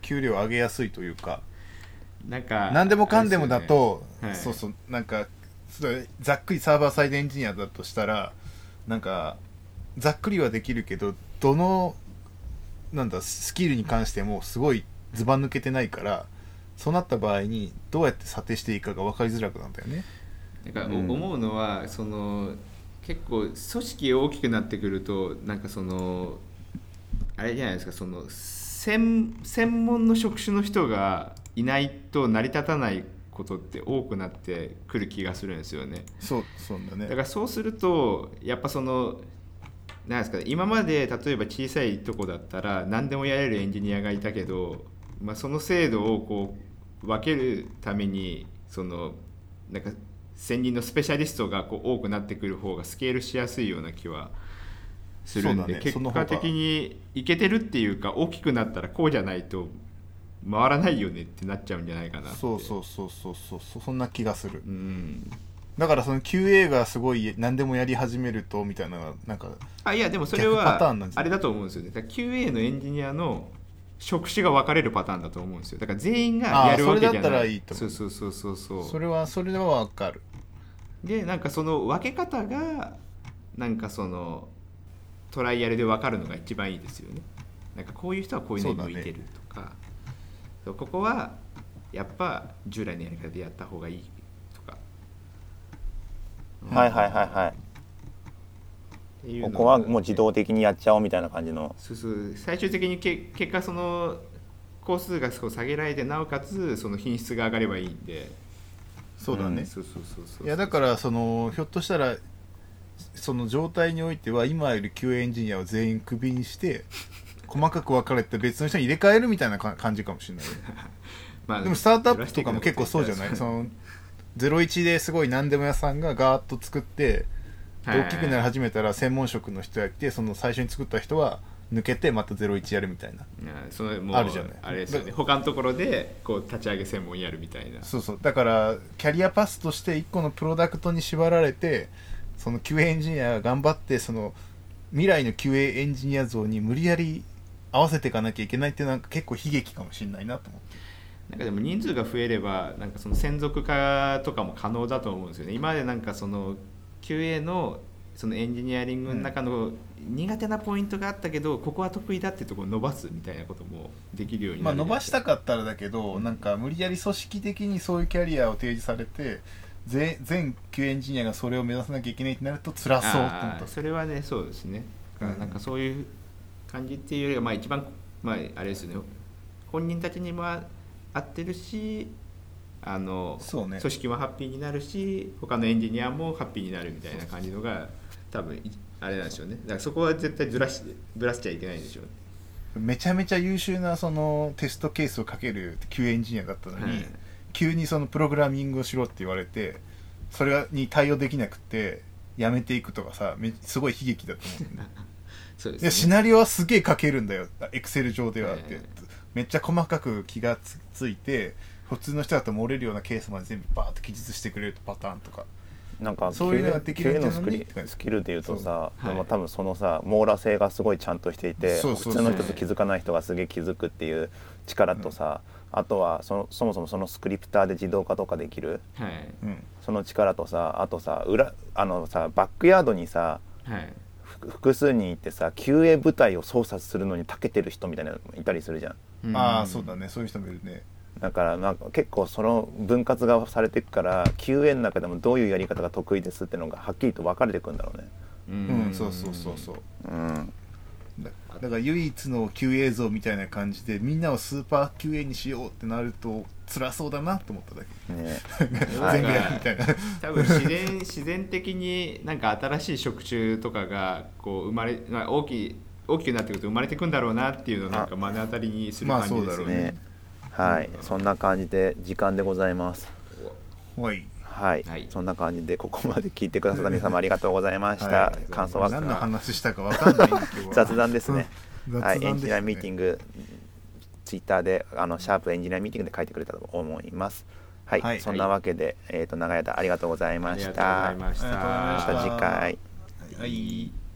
S2: 給料上げやすいというか
S3: なんか
S2: 何でもかんでもだと、
S3: あれです
S2: そう
S3: よね
S2: そうなんかそれざっくりサーバーサイドエンジニアだとしたらなんかざっくりはできるけどどのなんだスキルに関してもすごいずば抜けてないからそうなった場合にどうやって査定していいかが分かりづらくなるんだよね。
S3: なんかお
S1: うん
S3: 思うのは、その結構組織大きくなってくるとなんかそのあれじゃないですかその専専門の職種の人がいないと成り立たないことって多くなってくる気がするんですよね。
S2: そうそうだね
S3: だからそうするとやっぱそのなんですかね今まで例えば小さいとこだったら何でもやれるエンジニアがいたけど、まあ、その制度をこう分けるためにそのなんか専任のスペシャリストがこう多くなってくる方がスケールしやすいような気はするん
S2: そう
S3: で、
S2: だね
S3: 結
S2: その方
S3: 果
S2: が
S3: 的にいけてるっていうか大きくなったらこうじゃないと回らないよねってなっちゃうんじゃないかなって
S2: そうそうそうそうそうそうそんな気がする
S3: うん
S2: だからその QA がすごい何でもやり始めるとみたいなのがなんか
S3: あいやでもそれ
S2: 逆パター
S3: は
S2: ンなんです
S3: あ
S2: ね
S3: れだと思うんですよねだから QA のエンジニアの職種が分かれるパターンだと思うんですよだから全員がやるわけじ
S2: あー
S3: ゃない
S2: それだったらいいと思
S3: そううそうそうそうそう
S2: それはそれはわかる
S3: でなんかその分け方がなんかそのトライアルで分かるのが一番いいですよねなんかこういう人はこういうのに向いてるとかそう、ここはやっぱ従来のやり方でやった方がいいとか
S1: はいはいはいはい
S3: っていうの
S1: こ
S3: が
S1: こはもう自動的にやっちゃおうみたいな感じの
S3: そうそう最終的にけ結果その工数が少し下げられてなおかつその品質が上がればいいんで
S2: そうだね、
S3: そうそうそうそう
S2: いやだからそのひょっとしたらその状態においては今いる QA エンジニアを全員クビにして細かく分かれて別の人に入れ替えるみたいなか感じかもしれないね
S3: まあ
S2: でもスタートアップとかも結構そうじゃないその01ですごい何でも屋さんがガーッと作ってで大きくなり
S3: は
S2: 始めたら専門職の人やってその最初に作った人は抜けてまた01やるみたいない
S3: やそのもう
S2: あるじゃない
S3: あれですよね
S2: だ
S3: 他のところでこう立ち上げ専門やるみたいな
S2: そうそうだからキャリアパスとして1個のプロダクトに縛られてその QA エンジニアが頑張ってその未来の QA エンジニア像に無理やり合わせていかなきゃいけないってなんか結構悲劇かもしれないなと思って
S3: なんかでも人数が増えればなんかその専属化とかも可能だと思うんですよね今までなんかその QA のそのエンジニアリングの中の苦手なポイントがあったけど、ここは得意だってところを伸ばすみたいなこともできるように
S2: ま
S3: な
S2: あ
S3: る
S2: 伸ばした
S3: く
S2: かったらだけどなんか無理やり組織的にそういうキャリアを提示されて全全旧エンジニアがそれを目指さなきゃいけないってなると辛そうって思った
S3: それはねそうですね、
S2: うん
S3: なんかそういう感じっていうよりはまあ一番まああれですよね本人たちにも合ってるしあの
S2: そうね
S3: 組織もハッピーになるし他のエンジニアもハッピーになるみたいな感じのが多分いあれなんでしょうねだからそこは絶対ずらしずらしちゃいけないんでしょうね
S2: めちゃめちゃ優秀なそのテストケースをかける旧エンジニアだったのに、
S3: はい
S2: 急にそのプログラミングをしろって言われてそれに対応できなくてやめていくとかさめすごい悲劇だと思うんだよね
S3: そうです
S2: い
S3: ね
S2: やシナリオはすげえ書けるんだよエクセル上ではって、
S3: ええ
S2: めっちゃ細かく気がつついて普通の人だと漏れるようなケースまで全部バーッと記述してくれるパターンとか
S1: なんか
S2: そういうのができる
S1: QA の
S2: ってい
S1: ス
S2: うの
S1: キ
S2: に
S1: ルスキルでいうとさ
S3: そうはい
S1: まあ多分そのさ網羅性がすごいちゃんとしていて
S2: そうそう
S1: 普通の人と気づかない人がすげえ気づくっていう力とさ、あとはそのそもそもそのスクリプターで自動化とかできる
S3: はい
S2: うん
S1: その力とさあとさ裏あのさバックヤードにさ
S3: はい
S1: ふ複数人いてさ QA 部隊を操作するのに長けてる人みたいなのもいたりするじゃん。
S3: うん
S2: ああそうだねそういう人もいるね
S1: だからなんか結構その分割がされていくから QA の中でもどういうやり方が得意ですってのがはっきりと分かれてくんだろうね。
S3: う
S2: うん、そうそうそうそう
S1: うん、
S2: だだから唯一の QA 像みたいな感じでみんなをスーパー QA にしようってなると辛そうだなと思っただけ
S1: ねはい
S2: 全部やるみたいな
S3: 多分自然自然的になんか新しい職種とかがこう生まれまあ大きい大きくなってくると生まれてくんだろうなっていうのをなんか目の当たりにする
S2: まあ
S3: 感じで
S2: そ
S3: す
S2: う
S3: よ
S2: だろう
S3: ね
S1: ね。はい、そんな感じで時間でございます。
S2: おい
S1: はい、
S3: はい
S1: そんな感じでここまで聞いてくださった皆様ありがとうございました。
S2: はい
S1: 感想
S2: 何の
S1: は
S2: 話したかわかんないんだけど
S1: 雑談ですね。
S2: 雑
S1: はい、
S2: 談
S1: エンジニアミーテ
S2: です
S1: ィ
S2: ね
S1: ング、ツイッターであのシャープエンジニアミーティングで書いてくれたと思います。はい、
S2: はい
S1: そんなわけで、えっ、と長い間ありがとうござい
S3: あ
S1: ま
S3: り
S1: し
S3: がとうご
S1: た。
S3: ざいまし
S2: ありがとうございました
S1: また次回。
S2: はい